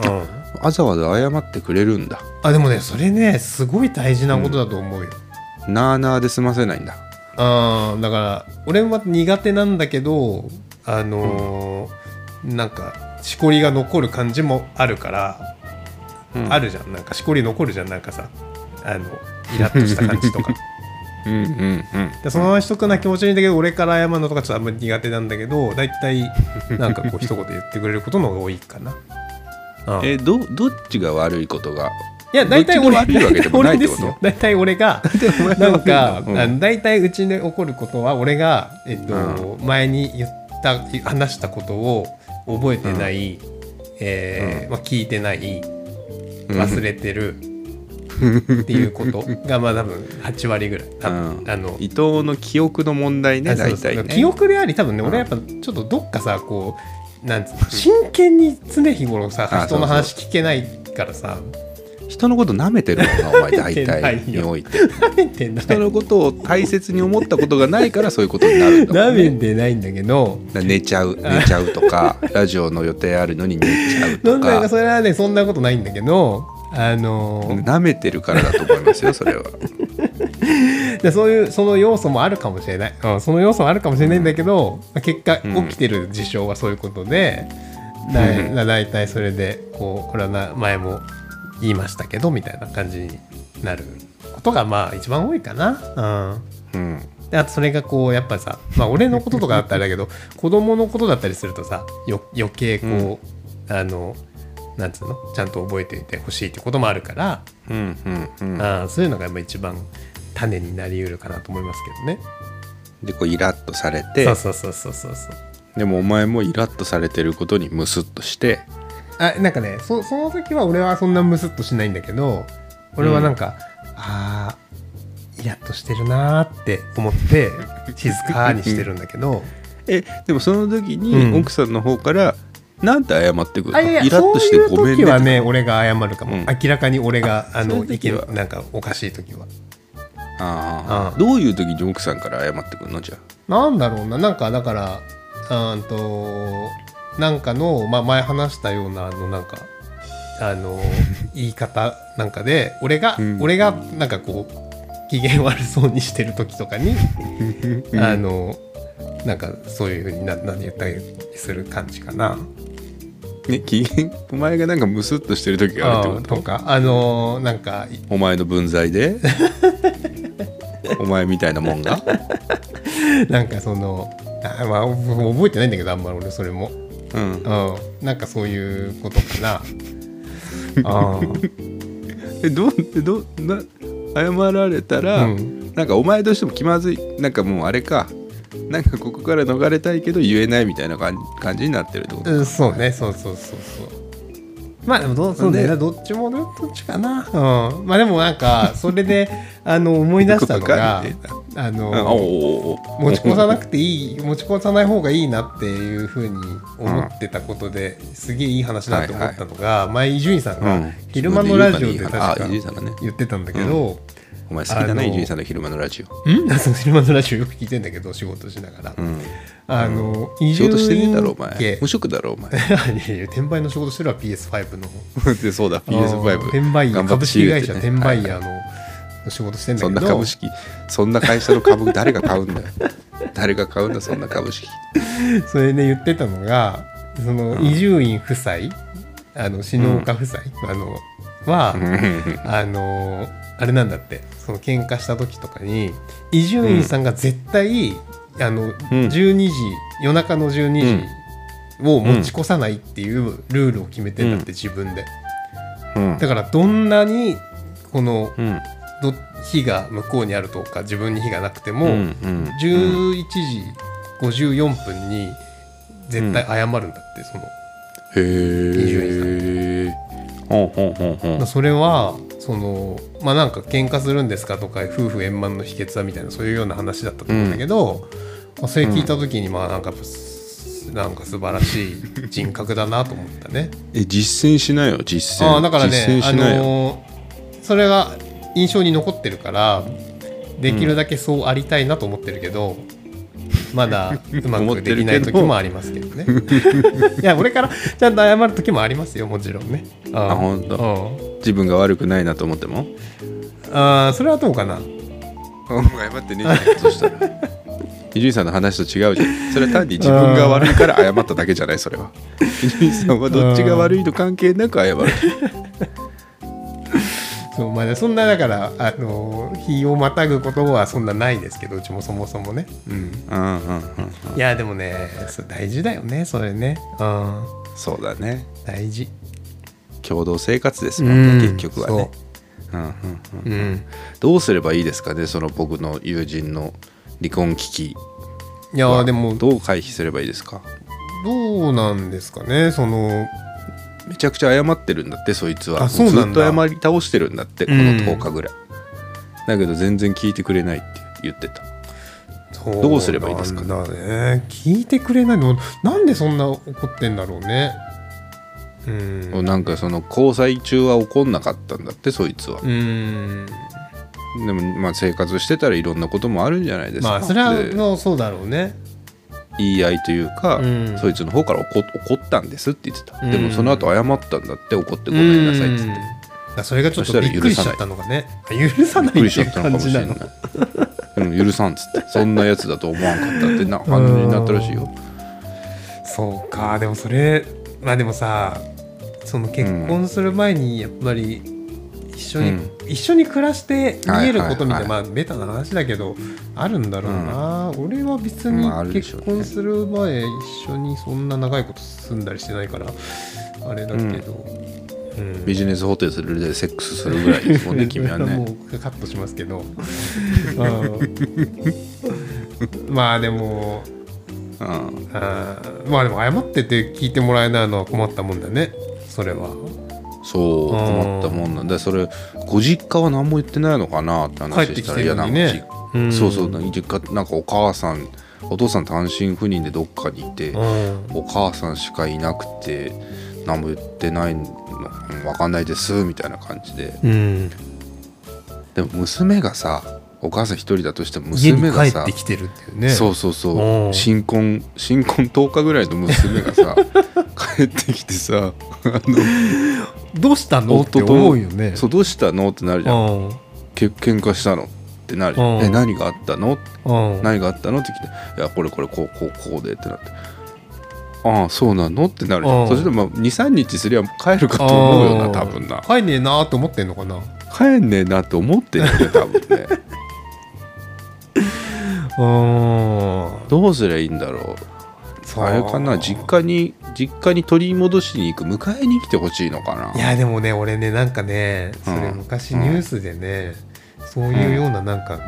わざわざ謝ってくれるんだあでもねそれねすごい大事なことだと思うよ。なあなあで済ませないんだあーだから俺は苦手なんだけどあのーなんかしこりが残る感じもあるから、うんあるじゃんなんかしこり残るじゃんなんかさあのイラッとした感じと か。うんうんうんでそのまましとくな気持ちいいんだけど俺から謝るのとかちょっとあんまり苦手なんだけど大体なんかこう一言言ってくれることの方が多いか な。うんえどどっちが悪いことがいや大体どっち俺が悪いわけでもないってこと大体俺ですよ大体俺 がなんか、うんあの大体うちで起こることは俺が、えっと前に言った話したことを覚えてない、えーまあ、聞いてない忘れてるっていうことがまあ多分8割ぐらい多分、うんあの伊藤の記憶の問題ねあそうそ大う体ね記憶であり多分ね、うん俺はやっぱちょっとどっかさこうなんつうの真剣に常日頃さあそ人のうそう話聞けないからさ人のこと舐めてるもん なお前大舐めてない体よにおいて舐めてな い人のことを大切に思ったことがないからそういうことになるんだも舐んねめてないんだけどだから寝ちゃう寝ちゃうとかラジオの予定あるのに寝ちゃうなとんだかか それはねそんなことないんだけどあのー舐めてるからだと思いますよそれはでそういうその要素もあるかもしれない、うん、その要素もあるかもしれないんだけど、まあ結果うん起きてる事象はそういうことで、うだんだ大体それでこうこれはな前も言いましたけどみたいな感じになることがまあ一番多いかな。うんうんであとそれがこうやっぱさ、まあ、俺のこととかだったらあれだけど 子供のことだったりするとさよ余計こう、あのなんつうのちゃんと覚えていてほしいってこともあるから、うんうんうんあーそういうのがやっぱ一番種になりうるかなと思いますけどね。でこうイラッとされてそうそうそうそうそうそうでもお前もイラッとされてることにムスッとしてあなんかねそその時は俺はそんなムスッとしないんだけど俺はなんか、あーイラッとしてるなーって思って静かにしてるんだけどえでもその時うんに奥さんの方からなんて謝ってくるの、あいやいイやラッそうとしていうごめんね時とはかね俺が謝るかも、うん明らかに俺があそうのいう意時は見なんかおかしい時はああうんどういう時に奥さんから謝ってくるのじゃなんだろうななんかだからうーんとなんかの、まあ、前話したようなあのなんかあ の言い方なんかで俺が、うん俺がなんかこう機嫌悪そうにしてる時とか に、ああのなんかそういうふうになな言ったりする感じかな。ね機嫌お前がなんかムスッとしてる時があるってうんこととかあのなんかお前の分際 でお前みたいなもんが なんかそのあ、まあ、覚えてないんだけどあんまり俺それも。うんうん、なんかそういうことかな。あーえどうえどうな謝られたら、うんなんかお前としても気まずいなんかもうあれかなんかここから逃れたいけど言えないみたいな感じ感じになってるってことうん、そうね、そうそうそうそう。まあでもどうそうね、でどっちもどっちかな。うん、まあでもなんかそれ であの思い出したのがどこか、あうんおうのおうおう持ち越さなくていい持ち越さない方がいいなっていうふうに思ってたことで、すげえいい話だと思ったのが、前伊集院さんうがん昼間のラジオで確かあ伊集院さんがね言ってたんだけど、お前好きだあのな伊集院さんの昼間のラジオ、ん その昼間のラジオよく聞いてんだけど仕事しながら。うん、あの、移仕住事してねえだろお前家無職だろお前 いやいや転売の仕事してるわ PS5 のでそうだ PS5 転売ヤー頑張って株式会社言う転てね売ヤーのの仕事してんだそんなけど株式そんな会社の株誰が買うんだよ 誰が買うんだそんな株式それで言ってたのがその伊集院夫妻あの篠岡夫妻、あのは、あのあれなんだってその喧嘩した時とかに伊集院さんが絶対、あの12時夜中の12時を持ち越さないっていうルールを決めてんだって、うん自分で。うんだからどんなにこのうんど火が向こうにあるとか自分に火がなくても、うんうんうん11時54分に絶対謝るんだって、そのへえほんほんほんほんまあそれはそのまあなんか喧嘩するんですかとか夫婦円満の秘訣はみたいなそういうような話だったと思うんだけど、まあ、それ聞いた時にまあなんかやっぱすなんか素晴らしい人格だなと思ったね。え実践しなよ実践ああだからね、実践あしなよ、のーそれが印象に残ってるからできるだけそうありたいなと思ってるけど、まだうま思っくでてるけどきない時もありますけどねいや俺からちゃんと謝る時もありますよもちろんねああほんと自分が悪くないなと思ってもあーそれはどうかなお前謝ってねえじゃんそしたら伊集院さんの話と違うじゃんそれは単に自分が悪いから謝っただけじゃないそれは伊集院さんはどっちが悪いと関係なく謝るそうまあ、そんなだから、あのー日をまたぐことはそんなないですけどうちもそもそもね、うん、うんうんうんいやでもねそう大事だよねそれね、うん、そうだね大事共同生活ですもんね結局はねうんうんうんそううんどうすればいいですかねその僕の友人の離婚危機いやーでもどどう回避すればいいですかどうなんですかねそのめちゃくちゃ謝ってるんだってそいつはあそうなんだずっと謝り倒してるんだってこの10日ぐらい、だけど全然聞いてくれないって言ってたどうすればいいですかそうなんだね聞いてくれないのなんでそんな怒ってんだろうねうんなんかその交際中は怒んなかったんだってそいつはう、んでもまあ生活してたらいろんなこともあるんじゃないですか、まあそれはでもうそうだろうね言い合いというか、うんそいつの方から怒怒ったんですって言ってた、うんでもその後謝ったんだって怒ってごめんなさいっつって、うんあそれがちょっそとしたらびっくりしちゃったのがねあ許さないびっくりっしてちいゃったのかう感もしじなれのないうん、許さんっつってそんなやつだと思わんかったってな感じになったらしいよそうかでもそれまあでもさその結婚する前にやっぱり一緒に、う一緒に暮らして見えることみはいはいたいな、はまあベタな話だけどあるんだろうな、俺は別にまああるでし結ょうね婚する前一緒にそんな長いこと住んだりしてないからあれだけど、うんビジネスホテルでセックスするぐらいですもんね君は もねうカットしますけどうんまあでもうんあーまあでも謝ってて聞いてもらえないのは困ったもんだねそれはそうあー困ったもんなんでそれご実家は何も言ってないのかなって話帰ってしきたてらるのにねいやなんかじうんそうそうなんか実家なんかお母さんお父さん単身赴任でどっかにいて、うんお母さんしかいなくて何も言ってないのうんわかんないですみたいな感じでうんでも娘がさお母さん一人だとしても家に娘が帰さってきてるっていうねそうそううそんう新婚新婚10日ぐらいの娘が さ帰ってきてさどうしたのって思うよねそうどうしたのってなるじゃんうんけ喧嘩したのってなるじゃうんんえ何があったのうん何があったのって聞いて「いやこれこれこうこうこうで」ってなって「ああそうなの?」ってなるじゃうんんそしてまあ23日すりゃ帰るかと思うようんな多分な帰んねえなーって思ってんのかな帰んねえなって思ってるよね 多分ねうんどうすりゃいいんだろうあれかな実家に実家に取り戻しに行く迎えに来てほしいのかないやでもね俺ねなんかねそれうん昔ニュースでね、そういうようななんか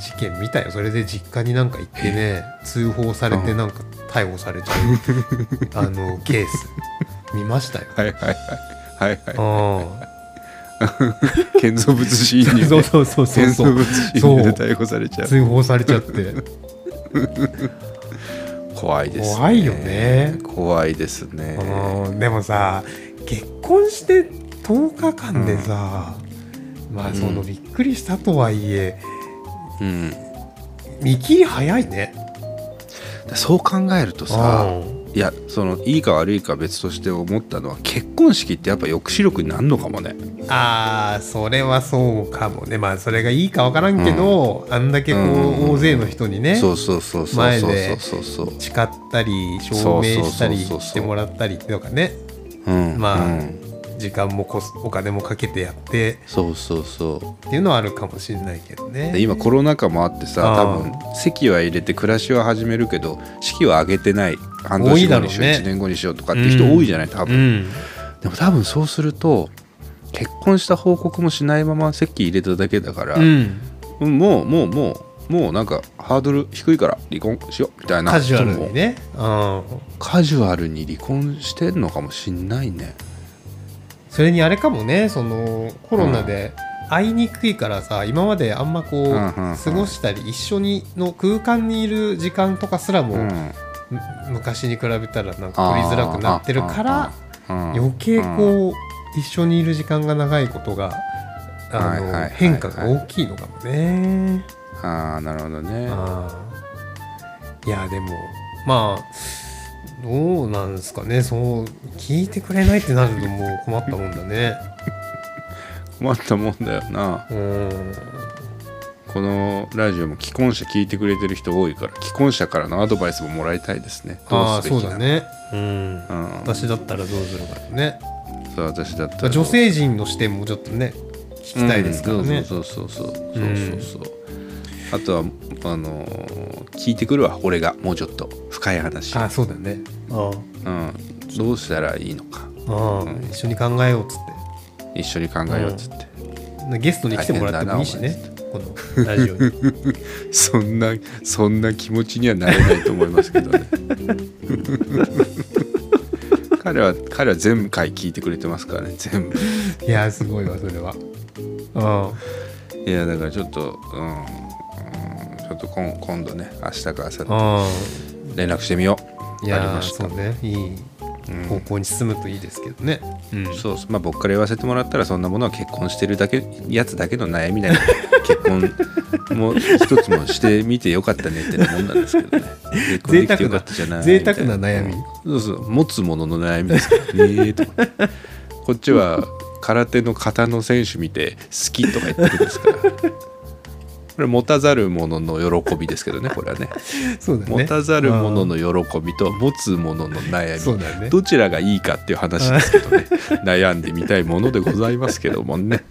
事件見たよそれで実家になんか行ってね通報されてうんなんか逮捕されちゃうあのケース見ましたよはいはいはいはいはうん い建造物侵入 そうそうそうそう建造そう物侵入で逮捕されちゃう通報されち ゃって怖いですね怖いよね怖いですねうんでもさ結婚して10日間でさ、まあそのうんびっくりしたとはいえうん見切り早いねそう考えるとさいやそのいいか悪いか別として思ったのは結婚式ってやっぱ抑止力になるのかもねあーそれはそうかもねまあそれがいいかわからんけど、あんだけこうんう大勢の人にね、そうそうそうそう前そうでそうそうそう誓ったり証明したりそうそうそうそうしてもらったりとかねうんまあうん時間もこすお金もかけてやってそうそうそっていうのはあるかもしれないけどねうで今コロナ禍もあってさあ多ー分席は入れて暮らしは始めるけど式は上げてない半多年いだ後ろうにねしよう、1年後にしようとかって人多いじゃない多う分、んでも多分そうすると結婚した報告もしないまま席入れただけだから、うんもうもうもうもうなんかハードル低いから離婚しようみたいなカジュアルにねうんカジュアルに離婚してんのかもしんないねそれにあれかもねそのコロナで会いにくいからさ、今まであんまこう、うんうんうん過ごしたり一緒にの空間にいる時間とかすらも、うんむ昔に比べたらなんか取りづらくなってるからうん余計こう一緒にいる時間が長いことがあはいはいはいはのい変化が大きいのかもね。ああなるほどねあーいやでもまあどうなんですかねそう聞いてくれないってなるともう困ったもんだね。困ったもんだよなうんこのラジオも既婚者聞いてくれてる人多いから既婚者からのアドバイスももらいたいですねどあうあすそべうきなだね。うんうん私だったらどうするかね。そう私だったまあら女性陣の視点もちょっとね聞きたいですからね。うんそうそうそうそうそうそううんそうあとはあのー聞いてくるわ俺がもうちょっと深い話ああそうだね。あうあん、どうしたらいいのかああ、うん一緒に考えようっつっ一緒に考えようっつって、てゲストに来てもらってもいいしねこのラジオにそんなそ んな気持ちにはなれないと思いますけどね彼彼は彼は全回聞いてくれてますからね全部 いやすごいわそれはういやだからちょっとうん、うん、ちょっと今今度ね明日か明後日ん連絡してみようんういやありましたそうねいい方向に進むといいですけどねうんそうそうまあ僕から言わせてもらったらそんなものは結婚してるだけやつだけの悩み だよ結婚も一つもしてみてよかったねってなもんなんですけどね結婚できてよかったじゃない贅沢な贅沢な悩みみたいなうんそうそう持つものの悩みですからねとかこっち は空手の型の選手見て好きとか言ってるんですからこれ持たざる者のの喜びですけどねこれはねそうだね持たざる者のの喜びと持つ者のの悩みそうだねどちらがいいかっていう話ですけど ね悩んでみたいものでございますけどもね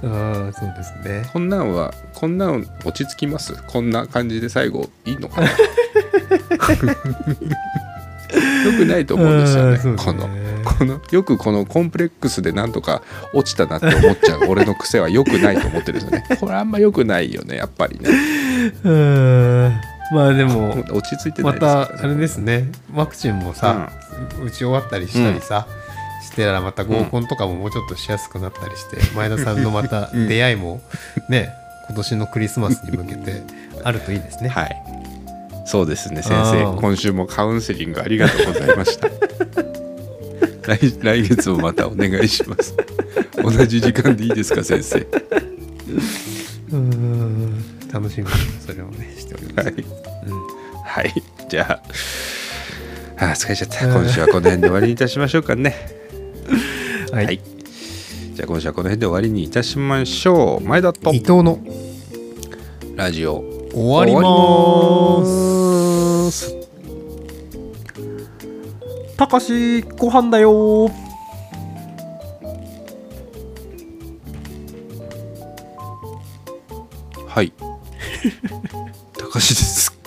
うんそうですねこんなんはこんなん落ち着きますこんな感じで最後いいのかな よくないと思うんですよねうんそこうだのねこのよくこのコンプレックスでなんとか落ちたなって思っちゃう俺の癖はよくないと思ってるんですよ ねこれあんまよくないよねやっぱりねうんまあでも落ち着いてなまいですからたあれですねワクチンもさ、打ち終わったりしたりさ、してたらまた合コンとかももうちょっとしやすくなったりして、前田さんのまた出会いもね今年のクリスマスに向けてあるといいですね。はい。そうですね、先あ生。ー今週もカウンセリングありがとうございました。 来来月もまたお願いします。同じ時間でいいですか、先生。うーん楽しみにそれをねしております。はい。はい。じゃあ、あー疲れちゃった。今週はこの辺で終わりにいたしましょうかね。はいじゃあ、今週はこの辺で終わりにいたしましょう。前田と伊藤のラジオ終わります。たかしご飯だよ はい。高橋です。